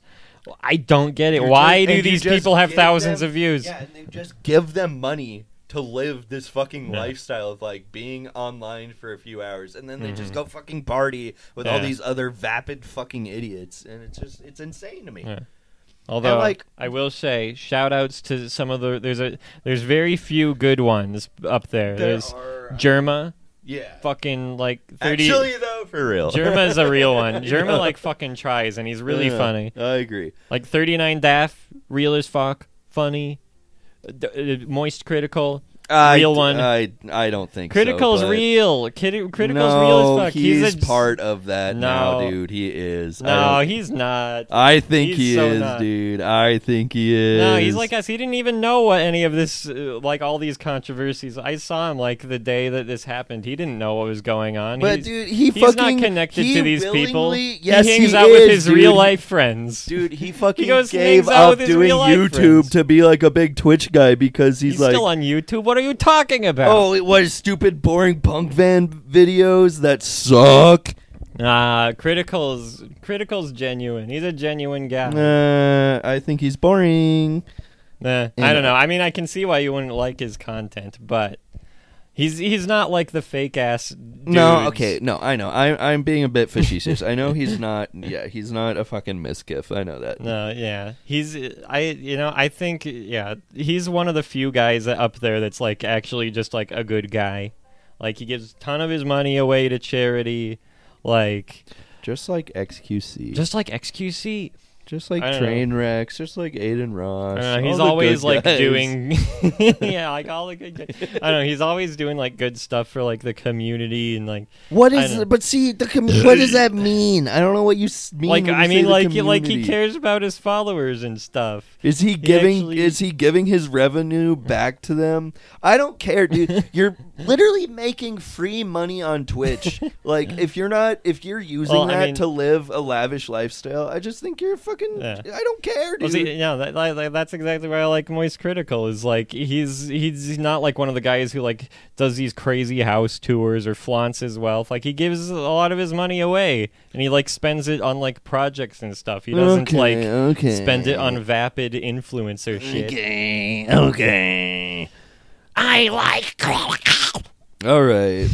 [SPEAKER 3] I don't get it.
[SPEAKER 1] You're
[SPEAKER 3] Why
[SPEAKER 1] just-
[SPEAKER 3] do
[SPEAKER 1] and you
[SPEAKER 3] these
[SPEAKER 1] just
[SPEAKER 3] people have
[SPEAKER 1] give
[SPEAKER 3] thousands
[SPEAKER 1] them-
[SPEAKER 3] of views?
[SPEAKER 1] Yeah, and you just give them money to live this fucking
[SPEAKER 3] Yeah.
[SPEAKER 1] lifestyle of like being online for a few hours, and then they just go fucking party with all
[SPEAKER 3] Mm-hmm. Yeah.
[SPEAKER 1] these other vapid fucking idiots, and it's just it's insane to me.
[SPEAKER 3] Yeah. Although,
[SPEAKER 1] like-
[SPEAKER 3] I will say, shout outs to some of the there's a there's very few good ones up there.
[SPEAKER 1] There
[SPEAKER 3] there's
[SPEAKER 1] are-
[SPEAKER 3] Germa,
[SPEAKER 1] Yeah,
[SPEAKER 3] fucking like thirty.
[SPEAKER 1] actually though, for real,
[SPEAKER 3] Germa is a
[SPEAKER 1] [LAUGHS]
[SPEAKER 3] real one. Germa
[SPEAKER 1] Yeah.
[SPEAKER 3] like fucking tries, and he's really
[SPEAKER 1] Yeah,
[SPEAKER 3] funny.
[SPEAKER 1] I agree.
[SPEAKER 3] Like 39 Daff, real as fuck, funny, d- uh, moist critical.
[SPEAKER 1] I-
[SPEAKER 3] Real one.
[SPEAKER 1] I I don't think so,
[SPEAKER 3] Critical's
[SPEAKER 1] but-
[SPEAKER 3] real. Kid- critical's
[SPEAKER 1] no,
[SPEAKER 3] real as fuck.
[SPEAKER 1] He's,
[SPEAKER 3] a j-
[SPEAKER 1] part of that now,
[SPEAKER 3] No.
[SPEAKER 1] dude. He is. I
[SPEAKER 3] No,
[SPEAKER 1] don't-
[SPEAKER 3] he's not.
[SPEAKER 1] I think
[SPEAKER 3] he's
[SPEAKER 1] he
[SPEAKER 3] so
[SPEAKER 1] is,
[SPEAKER 3] not.
[SPEAKER 1] dude. I think he is.
[SPEAKER 3] No, he's like us. He didn't even know what any of this, uh, like all these controversies. I saw him like the day that this happened. He didn't know what was going on.
[SPEAKER 1] But
[SPEAKER 3] he's,
[SPEAKER 1] dude, he
[SPEAKER 3] he's
[SPEAKER 1] fucking
[SPEAKER 3] not connected
[SPEAKER 1] he
[SPEAKER 3] to these people.
[SPEAKER 1] willingly- Yes,
[SPEAKER 3] he hangs
[SPEAKER 1] he
[SPEAKER 3] out with
[SPEAKER 1] is,
[SPEAKER 3] his
[SPEAKER 1] dude.
[SPEAKER 3] real life
[SPEAKER 1] [LAUGHS]
[SPEAKER 3] friends.
[SPEAKER 1] Dude,
[SPEAKER 3] [LAUGHS]
[SPEAKER 1] he fucking
[SPEAKER 3] goes and
[SPEAKER 1] gave
[SPEAKER 3] hangs out
[SPEAKER 1] up
[SPEAKER 3] with his
[SPEAKER 1] doing
[SPEAKER 3] real-life
[SPEAKER 1] YouTube
[SPEAKER 3] friends.
[SPEAKER 1] to be like a big Twitch guy because he's,
[SPEAKER 3] he's
[SPEAKER 1] like,
[SPEAKER 3] still on YouTube. What are you talking about?
[SPEAKER 1] oh, it was stupid, boring punk van videos that suck.
[SPEAKER 3] Nah, critical's critical's genuine. He's a genuine guy.
[SPEAKER 1] Uh, I think he's boring.
[SPEAKER 3] Nah, I
[SPEAKER 1] Anyway.
[SPEAKER 3] don't know. I mean, I can see why you wouldn't like his content, but he's he's not like the fake ass.
[SPEAKER 1] No,
[SPEAKER 3] dudes.
[SPEAKER 1] okay, no, I know. I'm I'm being a bit facetious. I know
[SPEAKER 3] [LAUGHS]
[SPEAKER 1] he's not. Yeah, he's not a fucking misgiff. I know that.
[SPEAKER 3] No, yeah, he's I you know I think yeah he's one of the few guys up there that's like actually just like a good guy. Like he gives a ton of his money away to charity, like
[SPEAKER 1] Just like XQC.
[SPEAKER 3] just like XQC.
[SPEAKER 1] Just like
[SPEAKER 3] I don't
[SPEAKER 1] train wrecks, just like Aiden Ross.
[SPEAKER 3] I
[SPEAKER 1] all
[SPEAKER 3] don't know, he's
[SPEAKER 1] the good
[SPEAKER 3] always like
[SPEAKER 1] guys. [LAUGHS]
[SPEAKER 3] doing, [LAUGHS] yeah, like all the good. Guys. I don't know. He's always doing like good stuff for like the community and like
[SPEAKER 1] What
[SPEAKER 3] I
[SPEAKER 1] is?
[SPEAKER 3] know.
[SPEAKER 1] But see, the com- what does that mean? I don't know what you s- mean.
[SPEAKER 3] like
[SPEAKER 1] when you
[SPEAKER 3] I
[SPEAKER 1] say
[SPEAKER 3] mean
[SPEAKER 1] the
[SPEAKER 3] like he- like he
[SPEAKER 1] community.
[SPEAKER 3] cares about his followers and stuff.
[SPEAKER 1] Is he giving?
[SPEAKER 3] actually-
[SPEAKER 1] Is he giving his revenue back to them? I don't care,
[SPEAKER 3] [LAUGHS]
[SPEAKER 1] dude. You're literally making free money on
[SPEAKER 3] [LAUGHS]
[SPEAKER 1] Twitch. like if you're not, if you're using
[SPEAKER 3] Well, I
[SPEAKER 1] that
[SPEAKER 3] mean-
[SPEAKER 1] to live a lavish lifestyle, I just think you're fucking.
[SPEAKER 3] Yeah.
[SPEAKER 1] I don't care,
[SPEAKER 3] Well,
[SPEAKER 1] dude.
[SPEAKER 3] see, yeah, that, like, like, that's exactly why I like Moist Critical. Is like he's he's not like one of the guys who like does these crazy house tours or flaunts his wealth. Like he gives a lot of his money away, and he like spends it on like projects and stuff. He doesn't
[SPEAKER 1] Okay,
[SPEAKER 3] like
[SPEAKER 1] okay.
[SPEAKER 3] spend it on vapid influencer shit.
[SPEAKER 9] Okay, okay. I like critical.
[SPEAKER 1] All right.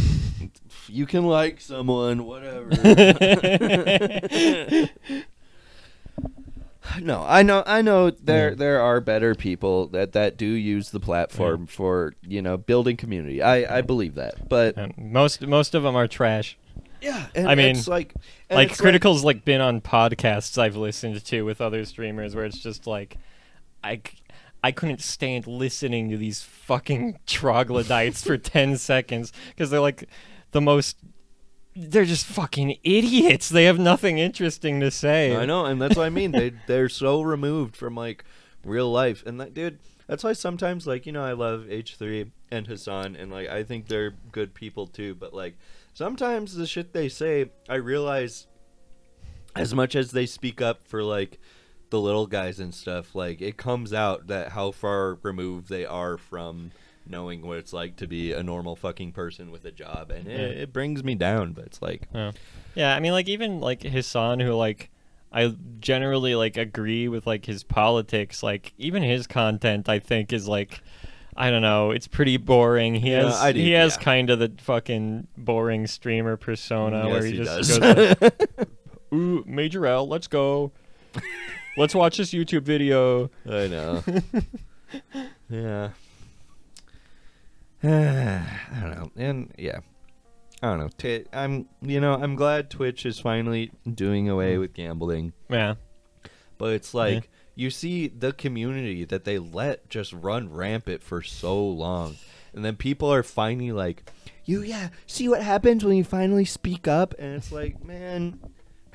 [SPEAKER 1] You can like someone, whatever. [LAUGHS]
[SPEAKER 3] [LAUGHS]
[SPEAKER 1] no, I know, I know. There, there are better people that that do use the platform for you know building community. I, I believe that, but
[SPEAKER 3] And Um, most most of them are trash.
[SPEAKER 1] yeah, and
[SPEAKER 3] I mean,
[SPEAKER 1] it's like, and
[SPEAKER 3] like
[SPEAKER 1] it's
[SPEAKER 3] critical's like, been on podcasts I've listened to with other streamers where it's just like I c- I couldn't stand listening to these fucking troglodytes
[SPEAKER 1] [LAUGHS]
[SPEAKER 3] for 10 seconds cuz they're like the most they're just fucking idiots. They have nothing interesting to say.
[SPEAKER 1] I know, and that's what I mean.
[SPEAKER 3] [LAUGHS]
[SPEAKER 1] They they're so removed from like real life, and that dude. That's why sometimes, like you know, I love H three and Hassan, and like I think they're good people too. But like sometimes the shit they say, I realize as much as they speak up for like the little guys and stuff, like it comes out that how far removed they are from knowing what it's like to be a normal fucking person with a job, and it,
[SPEAKER 3] Yeah.
[SPEAKER 1] it brings me down. But it's like,
[SPEAKER 3] Yeah. Yeah, I mean like even like his son who like I generally like agree with like his politics, like even his content I think is like I don't know, it's pretty boring. He
[SPEAKER 1] Yeah,
[SPEAKER 3] has
[SPEAKER 1] I do,
[SPEAKER 3] he has
[SPEAKER 1] yeah.
[SPEAKER 3] kind of the fucking boring streamer persona
[SPEAKER 1] yes,
[SPEAKER 3] where he,
[SPEAKER 1] he
[SPEAKER 3] just
[SPEAKER 1] does.
[SPEAKER 3] goes
[SPEAKER 1] [LAUGHS]
[SPEAKER 3] like, Ooh, Major L, let's go. Let's watch this YouTube video.
[SPEAKER 1] I know. yeah. [SIGHS] I don't know. And yeah. I don't know. T- I'm you know, I'm glad Twitch is finally doing away with gambling,
[SPEAKER 3] Yeah.
[SPEAKER 1] but it's
[SPEAKER 3] Uh-huh.
[SPEAKER 1] like you see the community that they let just run rampant for so long. And then people are finally like, "You yeah, see what happens when you finally speak up." And it's like, "Man,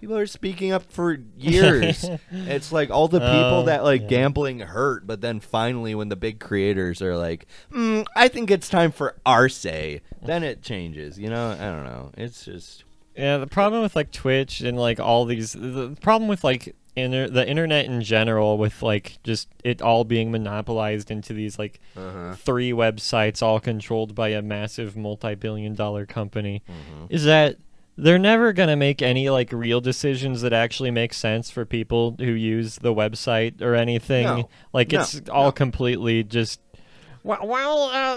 [SPEAKER 1] people are speaking up for
[SPEAKER 3] [LAUGHS]
[SPEAKER 1] years." it's like all the people
[SPEAKER 3] Oh,
[SPEAKER 1] that like
[SPEAKER 3] yeah.
[SPEAKER 1] gambling hurt, but then finally when the big creators are like, mm, "I think it's time for our say." Then it changes, you know? I don't know. It's just
[SPEAKER 3] Yeah, the problem with like Twitch and like all these, the problem with like inter- the internet in general, with like just it all being monopolized into these like
[SPEAKER 1] Uh-huh.
[SPEAKER 3] three websites, all controlled by a massive multi-billion-dollar company,
[SPEAKER 1] Mm-hmm.
[SPEAKER 3] is that they're never gonna make any like real decisions that actually make sense for people who use the website or anything.
[SPEAKER 1] No.
[SPEAKER 3] Like
[SPEAKER 1] No.
[SPEAKER 3] it's all completely just
[SPEAKER 9] Well, well uh,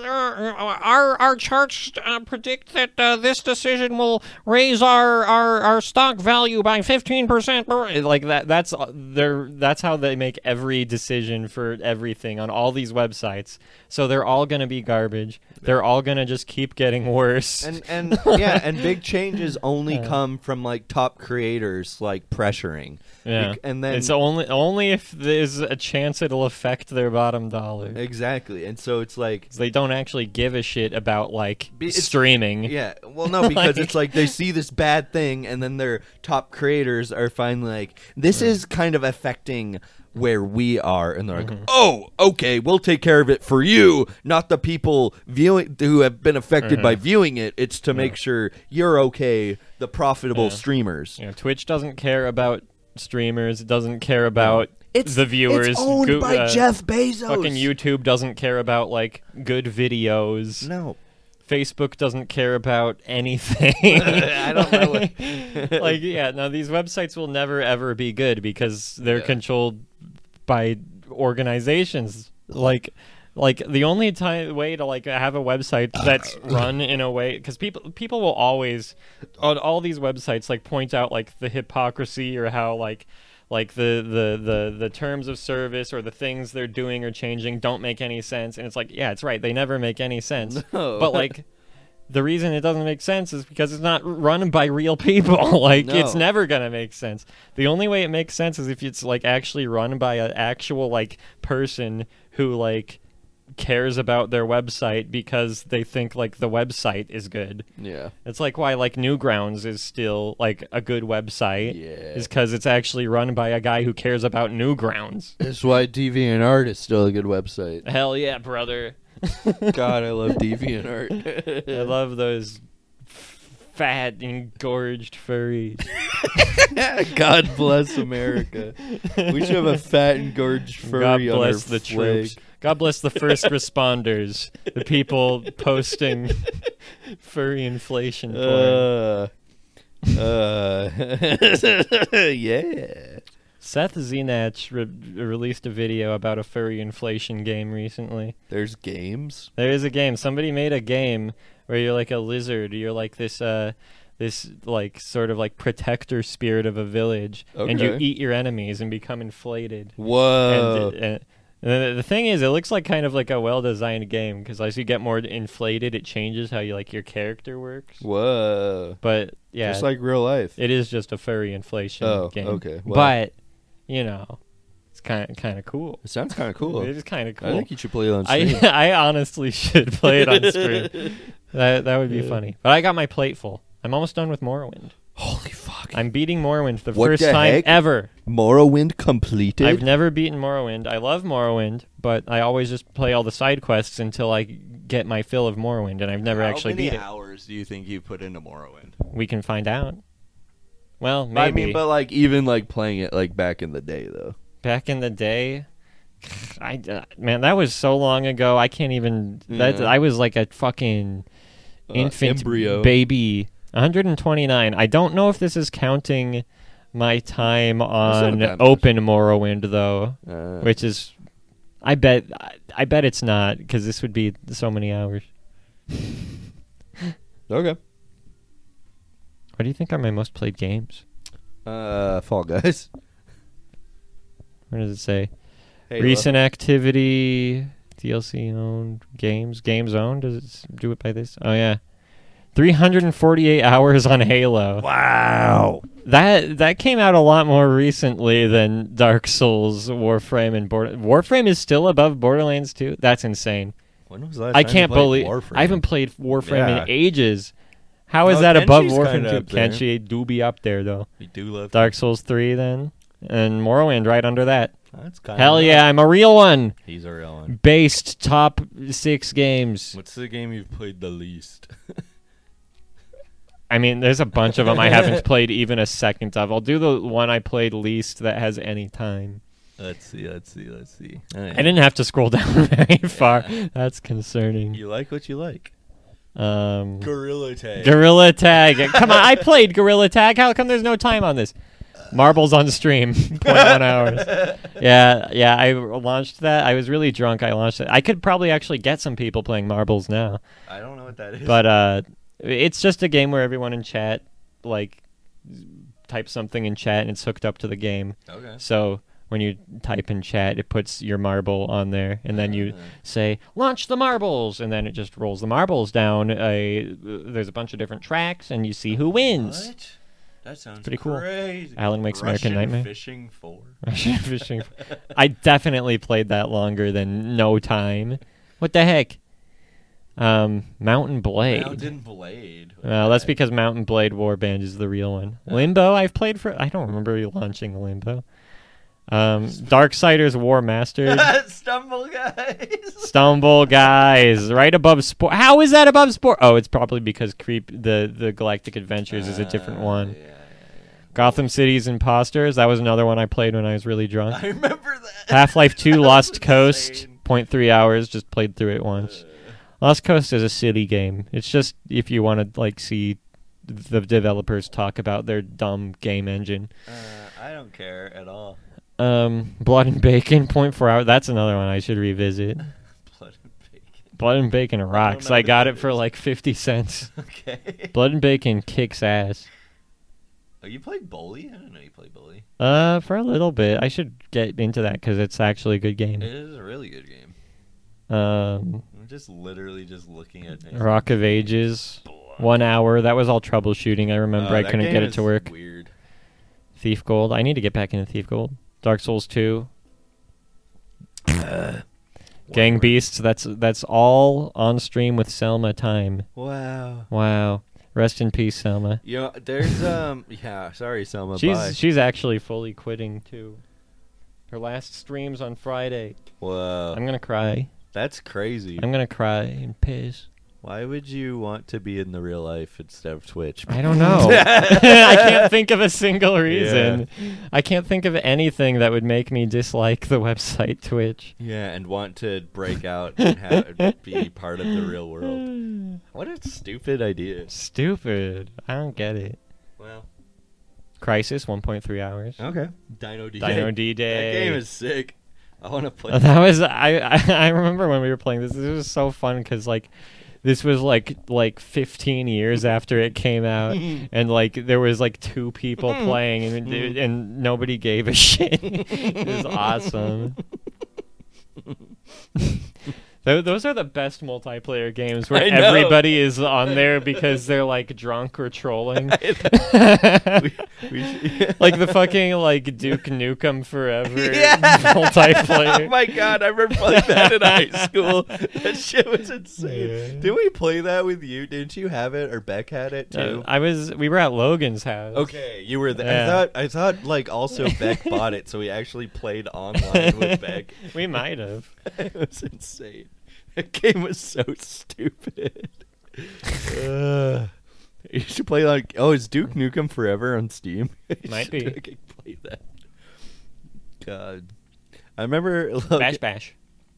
[SPEAKER 9] uh, our our charts uh, predict that uh, this decision will raise our, our, our stock value by fifteen percent.
[SPEAKER 3] It- eh, like that that's uh, they're that's how they make every decision for everything on all these websites so they're all going to be garbage they're all going to just keep getting [LAUGHS] worse
[SPEAKER 1] and and yeah, and big changes only come from like top creators like pressuring.
[SPEAKER 3] yeah
[SPEAKER 1] Bec- and then
[SPEAKER 3] it's only only if there's a chance it'll affect their bottom dollar
[SPEAKER 1] exactly. And so it's like [LAUGHS]
[SPEAKER 3] 'Cause they don't actually give a shit about like
[SPEAKER 1] Be- it's-
[SPEAKER 3] streaming
[SPEAKER 1] yeah, well no because it's like they see this bad thing and then their top creators are finally like this is kind of affecting where we are and they're like, "Oh, okay, we'll take care of it for you, not the people viewing who have been affected by viewing it. It's to make sure you're okay, the profitable streamers."
[SPEAKER 3] You know, twitch doesn't care about streamers it doesn't care about the viewers
[SPEAKER 1] It's owned
[SPEAKER 3] Goo-
[SPEAKER 1] by
[SPEAKER 3] uh,
[SPEAKER 1] Jeff Bezos.
[SPEAKER 3] Fucking YouTube doesn't care about like good videos.
[SPEAKER 1] No,
[SPEAKER 3] Facebook doesn't care about anything.
[SPEAKER 1] [LAUGHS] I don't know. What,
[SPEAKER 3] like, [LAUGHS] yeah, no, these websites will never ever be good because they're controlled by organizations. Like, like the only time way to like have a website that's
[SPEAKER 1] [COUGHS]
[SPEAKER 3] run in a way because people people will always on all these websites like point out like the hypocrisy or how like like the, the the the terms of service or the things they're doing or changing don't make any sense and it's like yeah it's right they never make any sense
[SPEAKER 1] No. [LAUGHS]
[SPEAKER 3] but like the reason it doesn't make sense is because it's not run by real people. [LAUGHS] like it's
[SPEAKER 1] No.
[SPEAKER 3] never gonna make sense. The only way it makes sense is if it's like actually run by an actual like person who like cares about their website because they think like the website is good.
[SPEAKER 1] yeah.
[SPEAKER 3] It's like why like Newgrounds is still like a good website.
[SPEAKER 1] Yeah.
[SPEAKER 3] Is because it's actually run by a guy who cares about
[SPEAKER 1] [LAUGHS]
[SPEAKER 3] Newgrounds.
[SPEAKER 1] That's why DeviantArt is still a good website.
[SPEAKER 3] Hell yeah, brother.
[SPEAKER 1] [LAUGHS] God, I love DeviantArt.
[SPEAKER 3] I love those fat engorged furries.
[SPEAKER 1] [LAUGHS] God bless America. [LAUGHS] We should have a fat and gorged furry
[SPEAKER 3] God
[SPEAKER 1] on our
[SPEAKER 3] bless the
[SPEAKER 1] flag.
[SPEAKER 3] troops. God bless the
[SPEAKER 1] [LAUGHS]
[SPEAKER 3] first responders, the people posting furry inflation porn.
[SPEAKER 1] Uh, uh, [LAUGHS] yeah.
[SPEAKER 3] Seth Zenach re- released a video about a furry inflation game recently.
[SPEAKER 1] There's games.
[SPEAKER 3] There is a game. Somebody made a game where you're like a lizard. You're like this, uh, this like sort of like protector spirit of a village, and you
[SPEAKER 1] Okay.
[SPEAKER 3] eat your enemies and become inflated.
[SPEAKER 1] Whoa.
[SPEAKER 3] and, and, and the- the thing is, it looks like kind of like a well-designed game because as you get more inflated, it changes how you like your character works.
[SPEAKER 1] Whoa.
[SPEAKER 3] But yeah,
[SPEAKER 1] Just like real life.
[SPEAKER 3] it is just a furry inflation
[SPEAKER 1] Oh,
[SPEAKER 3] game.
[SPEAKER 1] okay. Wow.
[SPEAKER 3] But you know, it's kind kind of cool.
[SPEAKER 1] It sounds kind of cool.
[SPEAKER 3] It is kind of
[SPEAKER 1] I
[SPEAKER 3] cool.
[SPEAKER 1] think you should play it on stream.
[SPEAKER 3] I, I honestly should [LAUGHS] play it on
[SPEAKER 1] [LAUGHS]
[SPEAKER 3] screen. that that would be funny. But I got my plateful. I'm almost done with Morrowind.
[SPEAKER 1] Holy fuck.
[SPEAKER 3] I'm beating Morrowind for the
[SPEAKER 1] What
[SPEAKER 3] first
[SPEAKER 1] the
[SPEAKER 3] time
[SPEAKER 1] heck?
[SPEAKER 3] ever.
[SPEAKER 1] Morrowind completed.
[SPEAKER 3] I've never beaten Morrowind. I love Morrowind, but I always just play all the side quests until I get my fill of Morrowind, and I've never actually beat it.
[SPEAKER 4] hours do you think you put into Morrowind?
[SPEAKER 3] We can find out. Well, maybe.
[SPEAKER 1] I mean, but like even like playing it like back in the day though.
[SPEAKER 3] back in the day. [SIGHS] I uh, man, that was so long ago. I can't even. That
[SPEAKER 1] Yeah.
[SPEAKER 3] I was like a fucking infant
[SPEAKER 4] embryo.
[SPEAKER 3] baby. 129. I don't know if this is counting my time on
[SPEAKER 1] that much.
[SPEAKER 3] Open Morrowind though,
[SPEAKER 1] Uh,
[SPEAKER 3] which is. I bet. I, I bet it's not because this would be so many hours.
[SPEAKER 1] okay.
[SPEAKER 3] What do you think are my most played games?
[SPEAKER 1] Uh, Fall Guys. [LAUGHS]
[SPEAKER 3] What does it say?
[SPEAKER 1] Halo.
[SPEAKER 3] Recent activity, DLC owned games, games owned. Does it s- do it by this? Oh yeah, three hundred and forty-eight hours on Halo.
[SPEAKER 4] Wow.
[SPEAKER 3] That that came out a lot more recently than Dark Souls, Warframe, and Border- Warframe is still above Borderlands 2. That's insane.
[SPEAKER 4] When was the last
[SPEAKER 3] I
[SPEAKER 4] time you
[SPEAKER 3] can't
[SPEAKER 4] played
[SPEAKER 3] believe
[SPEAKER 4] Warframe?
[SPEAKER 3] I haven't played Warframe
[SPEAKER 4] Yeah.
[SPEAKER 3] in ages. How is
[SPEAKER 4] No,
[SPEAKER 3] that above
[SPEAKER 4] Kenshi's
[SPEAKER 3] Warframe
[SPEAKER 4] kinda
[SPEAKER 3] 2?
[SPEAKER 4] up there.
[SPEAKER 3] Kenshi do be up there though.
[SPEAKER 4] We do love
[SPEAKER 3] Dark Souls 3 then, and Morrowind right under that.
[SPEAKER 4] That's kind
[SPEAKER 3] Hell yeah, I'm a real one.
[SPEAKER 4] He's a real one.
[SPEAKER 3] Based top six games.
[SPEAKER 4] What's the game you've played the least? [LAUGHS]
[SPEAKER 3] I mean, there's a bunch of them I
[SPEAKER 4] [LAUGHS]
[SPEAKER 3] haven't played even a second of. I'll do the one I played least that has any time.
[SPEAKER 4] let's see. Let's see. Let's see.
[SPEAKER 3] I didn't have to scroll [LAUGHS] down very far. That's concerning.
[SPEAKER 4] You like what you like.
[SPEAKER 3] Um,
[SPEAKER 4] Gorilla Tag.
[SPEAKER 3] Gorilla Tag. Come on, I played Gorilla Tag. How come there's no time on this? Marbles on stream, [LAUGHS] 0.1 hours. Yeah, yeah. I launched that. I was really drunk. I launched it. I could probably actually get some people playing marbles now.
[SPEAKER 4] I don't know what that is.
[SPEAKER 3] but uh, it's just a game where everyone in chat like types something in chat and it's hooked up to the game.
[SPEAKER 4] okay.
[SPEAKER 3] So when you type in chat, it puts your marble on there, and then
[SPEAKER 4] Ah.
[SPEAKER 3] you say launch the marbles, and then it just rolls the marbles down. A there's a bunch of different tracks, and you see who wins.
[SPEAKER 4] What? That sounds
[SPEAKER 3] Pretty cool.
[SPEAKER 4] Crazy.
[SPEAKER 3] Alan Wake's American
[SPEAKER 4] Russian
[SPEAKER 3] Nightmare.
[SPEAKER 4] Fishing four.
[SPEAKER 3] [LAUGHS] Fishing- I definitely played that longer than no time. What the heck? Um, Mountain Blade.
[SPEAKER 4] Mountain Blade.
[SPEAKER 3] Well, that's because Mountain Blade Warband is the real one. Limbo, I've played for. I don't remember you launching Limbo. Um, Darksiders War Mastered.
[SPEAKER 4] [LAUGHS] Stumble guys.
[SPEAKER 3] Stumble Guys, right above Sport. How is that above Sport? Oh, it's probably because Creep, the, the Galactic Adventures, is a
[SPEAKER 4] Ah,
[SPEAKER 3] different one. Gotham City's Imposters, that was another one I played when I was really drunk.
[SPEAKER 4] I remember [LAUGHS] that.
[SPEAKER 3] Half Life 2 Lost Coast,
[SPEAKER 4] insane.
[SPEAKER 3] 0.3 hours, just played through it once.
[SPEAKER 4] Uh.
[SPEAKER 3] Lost Coast is a city game. It's just if you want to like see the developers talk about their dumb game engine.
[SPEAKER 4] Uh, I don't care at all.
[SPEAKER 3] Um, Blood and Bacon, 0.4 hours. That's another one I should revisit.
[SPEAKER 4] [LAUGHS] Blood and bacon.
[SPEAKER 3] Blood and Bacon rocks.
[SPEAKER 4] know
[SPEAKER 3] I
[SPEAKER 4] what
[SPEAKER 3] got
[SPEAKER 4] that
[SPEAKER 3] it for
[SPEAKER 4] is.
[SPEAKER 3] like 50 cents.
[SPEAKER 4] [LAUGHS] Okay.
[SPEAKER 3] Blood and Bacon kicks ass.
[SPEAKER 4] Oh, you played Bully? I didn't know you played Bully.
[SPEAKER 3] Uh, for a little bit. I should get into that because it's actually a good
[SPEAKER 4] It
[SPEAKER 3] game.
[SPEAKER 4] is a really good game.
[SPEAKER 3] Um,
[SPEAKER 4] I'm just literally just looking at it.
[SPEAKER 3] Rock of Ages, one hour. That was all troubleshooting. I
[SPEAKER 4] Oh,
[SPEAKER 3] remember
[SPEAKER 1] Uh,
[SPEAKER 3] I couldn't get it to work.
[SPEAKER 4] Weird.
[SPEAKER 3] Thief Gold. I need to get back into Thief Gold. Dark Souls 2. Gang Beasts. That's that's all on stream with Selma time.
[SPEAKER 1] Wow.
[SPEAKER 3] Wow. Rest in peace, Selma.
[SPEAKER 1] You know,
[SPEAKER 4] [LAUGHS]
[SPEAKER 1] there's um. Yeah. Sorry, Selma.
[SPEAKER 3] she's
[SPEAKER 1] bye.
[SPEAKER 3] she's actually fully quitting too. Her last stream's on Friday.
[SPEAKER 1] Whoa.
[SPEAKER 3] I'm gonna cry.
[SPEAKER 1] That's crazy.
[SPEAKER 3] I'm gonna cry and piss.
[SPEAKER 1] Why would you want to be in the real life instead of Twitch?
[SPEAKER 3] I don't know. [LAUGHS] I can't think of a single reason. I can't think of anything that would make me dislike the [LAUGHS] website Twitch.
[SPEAKER 4] Yeah, and want to break
[SPEAKER 3] [LAUGHS]
[SPEAKER 4] out and have, be part of the real world. What a stupid idea.
[SPEAKER 3] Stupid. I don't get it.
[SPEAKER 4] Well,
[SPEAKER 3] Crisis, 1.3 hours.
[SPEAKER 1] Okay.
[SPEAKER 4] Dino D.
[SPEAKER 3] Dino D Day.
[SPEAKER 4] That game is sick. I want to play.
[SPEAKER 3] [LAUGHS] Uh, That was I, I. I remember when we were playing this. This was so fun because like, this was like like 15 years
[SPEAKER 4] Mm-hmm.
[SPEAKER 3] after it came out, and like there was like two people
[SPEAKER 4] Mm-hmm.
[SPEAKER 3] playing, and it- and nobody gave a [LAUGHS] shit. it was awesome.
[SPEAKER 4] [LAUGHS]
[SPEAKER 3] Tho- Those are the best multiplayer games where
[SPEAKER 4] I know.
[SPEAKER 3] everybody is on there because they're like drunk
[SPEAKER 4] [LAUGHS]
[SPEAKER 3] or trolling. [LAUGHS]
[SPEAKER 4] We should-
[SPEAKER 3] like the fucking like Duke Nukem Forever
[SPEAKER 4] [LAUGHS] Yeah. oh [LAUGHS]
[SPEAKER 3] [LAUGHS] multiplayer.
[SPEAKER 4] my god, I remember playing that in high
[SPEAKER 3] [LAUGHS]
[SPEAKER 4] school. That shit was
[SPEAKER 3] Uh,
[SPEAKER 4] insane.
[SPEAKER 3] Yeah.
[SPEAKER 4] Did we play that with you? Didn't you have it or Beck had it
[SPEAKER 3] Uh,
[SPEAKER 4] too?
[SPEAKER 3] I was. We were at Logan's house.
[SPEAKER 4] okay, you were there.
[SPEAKER 3] Yeah.
[SPEAKER 4] I thought I thought like also
[SPEAKER 3] [LAUGHS]
[SPEAKER 4] Beck bought it, so we actually played online with Beck.
[SPEAKER 3] We might have.
[SPEAKER 4] it was insane. That game was so stupid. Ugh. you should play like oh, is Duke Nukem Forever on Steam? [LAUGHS] You
[SPEAKER 3] Might
[SPEAKER 4] should
[SPEAKER 3] be.
[SPEAKER 4] fucking play that.
[SPEAKER 1] God. I remember
[SPEAKER 3] Bash
[SPEAKER 1] Logan,
[SPEAKER 3] bash.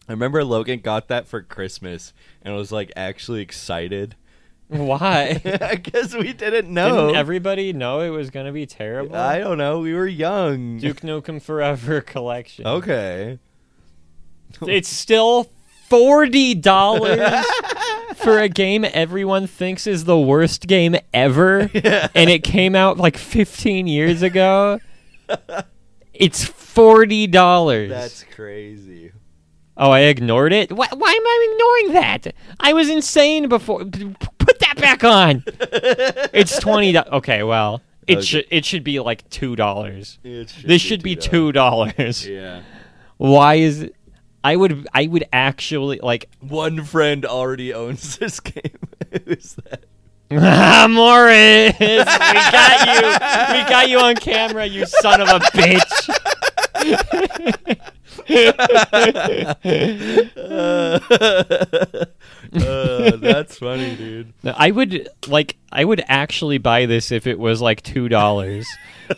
[SPEAKER 1] I remember Logan got that for Christmas and was like actually excited.
[SPEAKER 4] [LAUGHS]
[SPEAKER 3] Why?
[SPEAKER 1] I guess we didn't know.
[SPEAKER 3] Didn't everybody know it was gonna be terrible?
[SPEAKER 1] I don't know. We were young.
[SPEAKER 3] Duke Nukem Forever collection.
[SPEAKER 4] Oh,
[SPEAKER 1] Okay.
[SPEAKER 3] [LAUGHS] It's still
[SPEAKER 1] [LAUGHS]
[SPEAKER 3] forty dollars for a game everyone thinks is the worst game ever, and it came out like fifteen years ago. It's forty dollars.
[SPEAKER 1] That's crazy.
[SPEAKER 3] Oh, I ignored it. Why, why am I ignoring that? I was insane before. P- Put that
[SPEAKER 1] [LAUGHS]
[SPEAKER 3] back on. it's twenty. do- Okay, well, it
[SPEAKER 1] Okay.
[SPEAKER 3] should it should be like two dollars.
[SPEAKER 1] It should
[SPEAKER 3] This should be two dollars.
[SPEAKER 1] Yeah.
[SPEAKER 3] Why is? It, I would I would actually like
[SPEAKER 1] One friend already owns [LAUGHS] this game. Who's that?
[SPEAKER 3] [LAUGHS] Morris. We got you. We got you on camera. You son of a bitch. [LAUGHS]
[SPEAKER 1] [LAUGHS] Uh, that's funny, dude.
[SPEAKER 3] No, I would like I would actually buy this if it was like two dollars.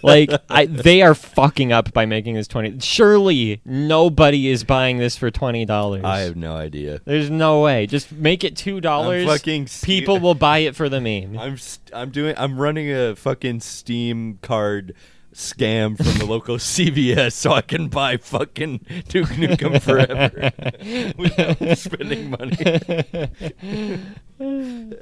[SPEAKER 3] like I, they are fucking up by making this twenty. Surely nobody is buying this for twenty dollars.
[SPEAKER 1] I have no idea.
[SPEAKER 3] There's no way. Just make it two dollars.
[SPEAKER 1] fucking stu-
[SPEAKER 3] people will buy it for the meme.
[SPEAKER 1] I'm st- I'm doing I'm running a fucking Steam card scam from the [LAUGHS] local CVS so I can buy fucking Duke
[SPEAKER 3] [LAUGHS]
[SPEAKER 1] Nukem [LAUGHS] forever without spending [LAUGHS] money.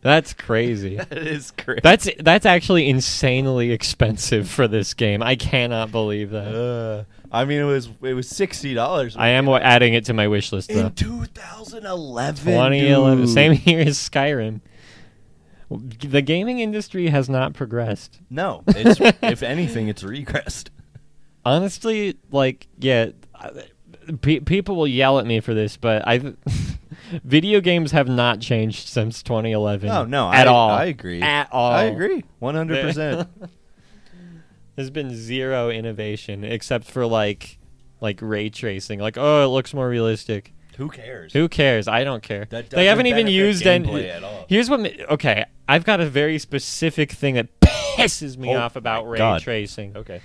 [SPEAKER 3] That's crazy.
[SPEAKER 1] That is crazy.
[SPEAKER 3] That's that's actually insanely expensive for this game. I cannot believe that.
[SPEAKER 1] Uh, I mean, it was it was sixty dollars.
[SPEAKER 3] I am wa- adding it to my wish list though.
[SPEAKER 1] in 2011.
[SPEAKER 3] 2011,
[SPEAKER 1] dude.
[SPEAKER 3] same year as Skyrim. The gaming industry has not progressed.
[SPEAKER 1] [LAUGHS] No, it's, if anything, it's regressed.
[SPEAKER 3] Honestly, like yeah, I- pe- people will yell at me for this, but I [LAUGHS] video games have not changed since 2011.
[SPEAKER 1] No, Oh, no,
[SPEAKER 3] at
[SPEAKER 1] I,
[SPEAKER 3] all.
[SPEAKER 1] I agree.
[SPEAKER 3] At all.
[SPEAKER 1] I agree, one hundred percent.
[SPEAKER 3] There's been zero innovation except for like like ray tracing. Like, oh, it looks more realistic.
[SPEAKER 1] [LAUGHS] Who cares?
[SPEAKER 3] Who cares? I don't care.
[SPEAKER 1] That
[SPEAKER 3] They haven't
[SPEAKER 1] doesn't
[SPEAKER 3] even
[SPEAKER 1] benefit
[SPEAKER 3] used any.
[SPEAKER 1] gameplay at all.
[SPEAKER 3] Here's what. ma- Okay, I've got a very specific thing that [LAUGHS] pisses me
[SPEAKER 1] Oh
[SPEAKER 3] off about ray
[SPEAKER 1] God.
[SPEAKER 3] tracing.
[SPEAKER 1] Okay,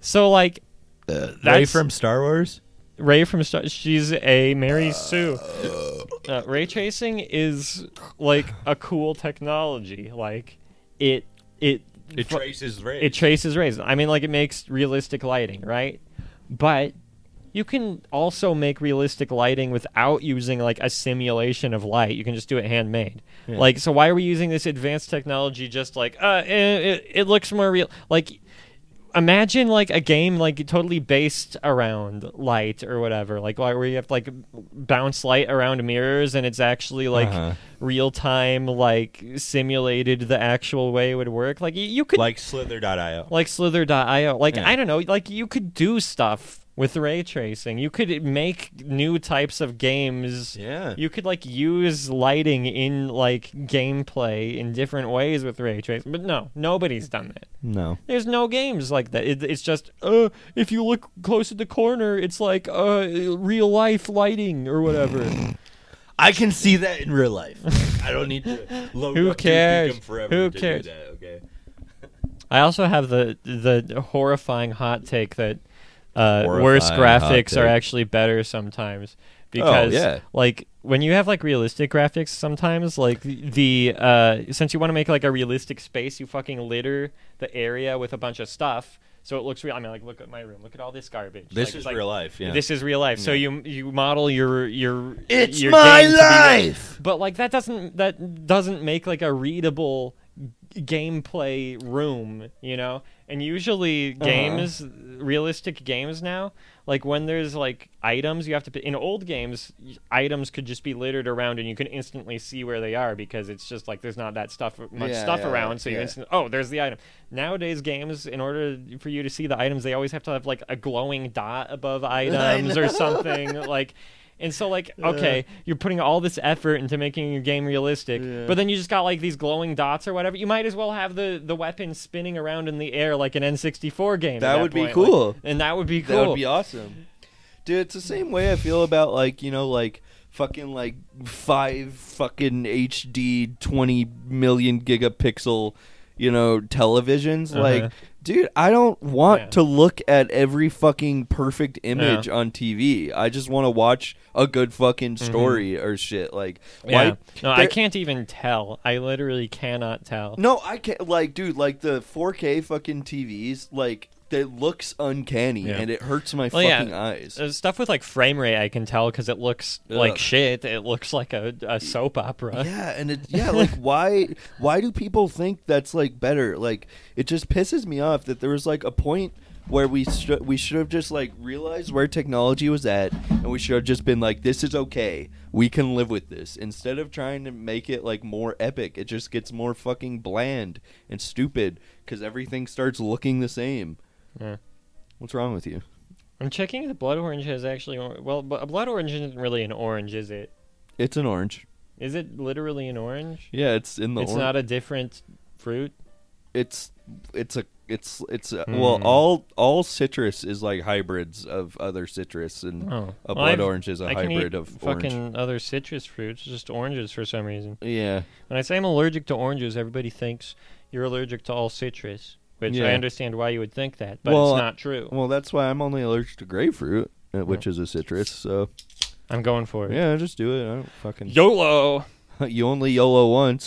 [SPEAKER 3] So like,
[SPEAKER 1] Ray
[SPEAKER 3] that's-
[SPEAKER 1] from Star Wars.
[SPEAKER 3] Ray from Star. She's a Mary Sue. Uh, ray tracing is like a cool technology. Like it it
[SPEAKER 1] It
[SPEAKER 3] fu-
[SPEAKER 1] traces Ray.
[SPEAKER 3] it traces rays. I mean, like it makes realistic lighting, right? But you can also make realistic lighting without using like a simulation of light. You can just do it handmade. Like, so why are we using this advanced technology? Just like, uh, it, it, it looks more real. Like, imagine like a game like totally based around light or whatever. Like, why- where you have to like bounce light around mirrors, and it's actually like
[SPEAKER 1] Uh-huh.
[SPEAKER 3] real time, like simulated the actual way it would work. Like, y- you could
[SPEAKER 1] like Slither.io.
[SPEAKER 3] like slither.io like
[SPEAKER 1] Yeah.
[SPEAKER 3] i don't know like you could do stuff with ray tracing you could make new types of games
[SPEAKER 1] Yeah.
[SPEAKER 3] you could like use lighting in like gameplay in different ways with ray tracing but no nobody's done that
[SPEAKER 1] No.
[SPEAKER 3] there's no games like that it, it's just uh if you look close at the corner it's like uh real life lighting or whatever
[SPEAKER 1] I can see that in real
[SPEAKER 3] [LAUGHS]
[SPEAKER 1] life. I don't need to load
[SPEAKER 3] Who
[SPEAKER 1] up Duke
[SPEAKER 3] cares?
[SPEAKER 1] Nukem forever
[SPEAKER 3] Who
[SPEAKER 1] to
[SPEAKER 3] cares?
[SPEAKER 1] do that, okay.
[SPEAKER 3] I also have the the horrifying hot take that uh, worse
[SPEAKER 1] Horrifying hot
[SPEAKER 3] graphics are
[SPEAKER 1] take. Oh,
[SPEAKER 3] actually better sometimes because
[SPEAKER 1] yeah.
[SPEAKER 3] like when you have like realistic graphics sometimes like the uh, since you want to make like a realistic space you fucking litter the area with a bunch of stuff so it looks real I mean like look at my room look at all this garbage
[SPEAKER 1] This
[SPEAKER 3] Like,
[SPEAKER 1] is
[SPEAKER 3] like,
[SPEAKER 1] real life. Yeah.
[SPEAKER 3] this is real life so you you model your your
[SPEAKER 1] It's
[SPEAKER 3] your
[SPEAKER 1] my
[SPEAKER 3] game to be real-
[SPEAKER 1] life!
[SPEAKER 3] but like that doesn't that doesn't make like a readable g- gameplay room, you know? And usually games realistic games now, like when there's like items you have to p- in old games y- items could just be littered around and you can instantly see where they are because it's just like there's not that stuff much
[SPEAKER 10] Yeah,
[SPEAKER 3] stuff
[SPEAKER 10] yeah,
[SPEAKER 3] around so you
[SPEAKER 10] yeah.
[SPEAKER 3] instantly oh, there's the item. Nowadays games in order for you to see the items they always have to have like a glowing dot
[SPEAKER 10] [LAUGHS]
[SPEAKER 3] above items or something like and so like okay, you're putting all this effort into making your game realistic, but then you just got like these glowing dots or whatever. You might as well have the the weapon spinning around in the air like an N64 game. at
[SPEAKER 10] That would be
[SPEAKER 3] point,
[SPEAKER 10] cool.
[SPEAKER 3] like- and that would be cool.
[SPEAKER 10] That would be awesome. Dude, it's the same way I feel about like, you know, like fucking like five fucking HD 20 million gigapixel, you know, televisions.
[SPEAKER 3] Uh-huh.
[SPEAKER 10] Like
[SPEAKER 1] Dude, I don't want
[SPEAKER 3] Yeah.
[SPEAKER 1] to look at every fucking perfect image on TV. I just want to watch a good fucking story or shit. Like,
[SPEAKER 3] Mm-hmm. Yeah.
[SPEAKER 1] why?
[SPEAKER 3] No, I
[SPEAKER 1] there-
[SPEAKER 3] can't even tell. I literally cannot tell.
[SPEAKER 1] No, I can't. Like, dude, like the 4K fucking TVs, like, it looks uncanny
[SPEAKER 3] Yeah.
[SPEAKER 1] and it hurts my
[SPEAKER 3] Well, yeah.
[SPEAKER 1] fucking eyes.
[SPEAKER 3] Uh, Stuff with like frame rate, I can tell because it looks
[SPEAKER 1] Ugh.
[SPEAKER 3] like shit. It looks like a, a soap opera.
[SPEAKER 1] Yeah, and it,
[SPEAKER 3] [LAUGHS]
[SPEAKER 1] yeah, like why why do people think that's like better? Like it just pisses me off that there was like a point where we sh- we should have just like realized where technology was at and we should have just been like this is okay. We can live with this instead of trying to make it like more epic. It just gets more fucking bland and stupid cuz everything starts looking the same.
[SPEAKER 3] Yeah.
[SPEAKER 1] What's wrong with you?
[SPEAKER 3] I'm checking if blood orange has actually. or- Well, bu- a blood orange isn't really an orange, is it?
[SPEAKER 1] It's an orange.
[SPEAKER 3] Is it literally an orange?
[SPEAKER 1] Yeah, it's in the
[SPEAKER 3] it's
[SPEAKER 1] orange.
[SPEAKER 3] not a different fruit.
[SPEAKER 1] it's it's a it's it's a,
[SPEAKER 3] Hmm.
[SPEAKER 1] well all all citrus is like hybrids of other citrus and
[SPEAKER 3] Oh,
[SPEAKER 1] a
[SPEAKER 3] Well,
[SPEAKER 1] blood
[SPEAKER 3] I've-
[SPEAKER 1] orange is a
[SPEAKER 3] I can
[SPEAKER 1] hybrid
[SPEAKER 3] eat
[SPEAKER 1] of
[SPEAKER 3] fucking
[SPEAKER 1] orange.
[SPEAKER 3] other citrus fruits, just oranges for some reason.
[SPEAKER 1] Yeah,
[SPEAKER 3] When I say I'm allergic to oranges, everybody thinks you're allergic to all citrus, which
[SPEAKER 1] Yeah.
[SPEAKER 3] I understand why you would think that, but
[SPEAKER 1] Well,
[SPEAKER 3] it's not true.
[SPEAKER 1] well that's why I'm only allergic to grapefruit, uh,
[SPEAKER 3] Oh.
[SPEAKER 1] which is a citrus. So
[SPEAKER 3] I'm going for it.
[SPEAKER 1] yeah, just do it. I don't fucking [LAUGHS]
[SPEAKER 3] YOLO.
[SPEAKER 1] you only YOLO once.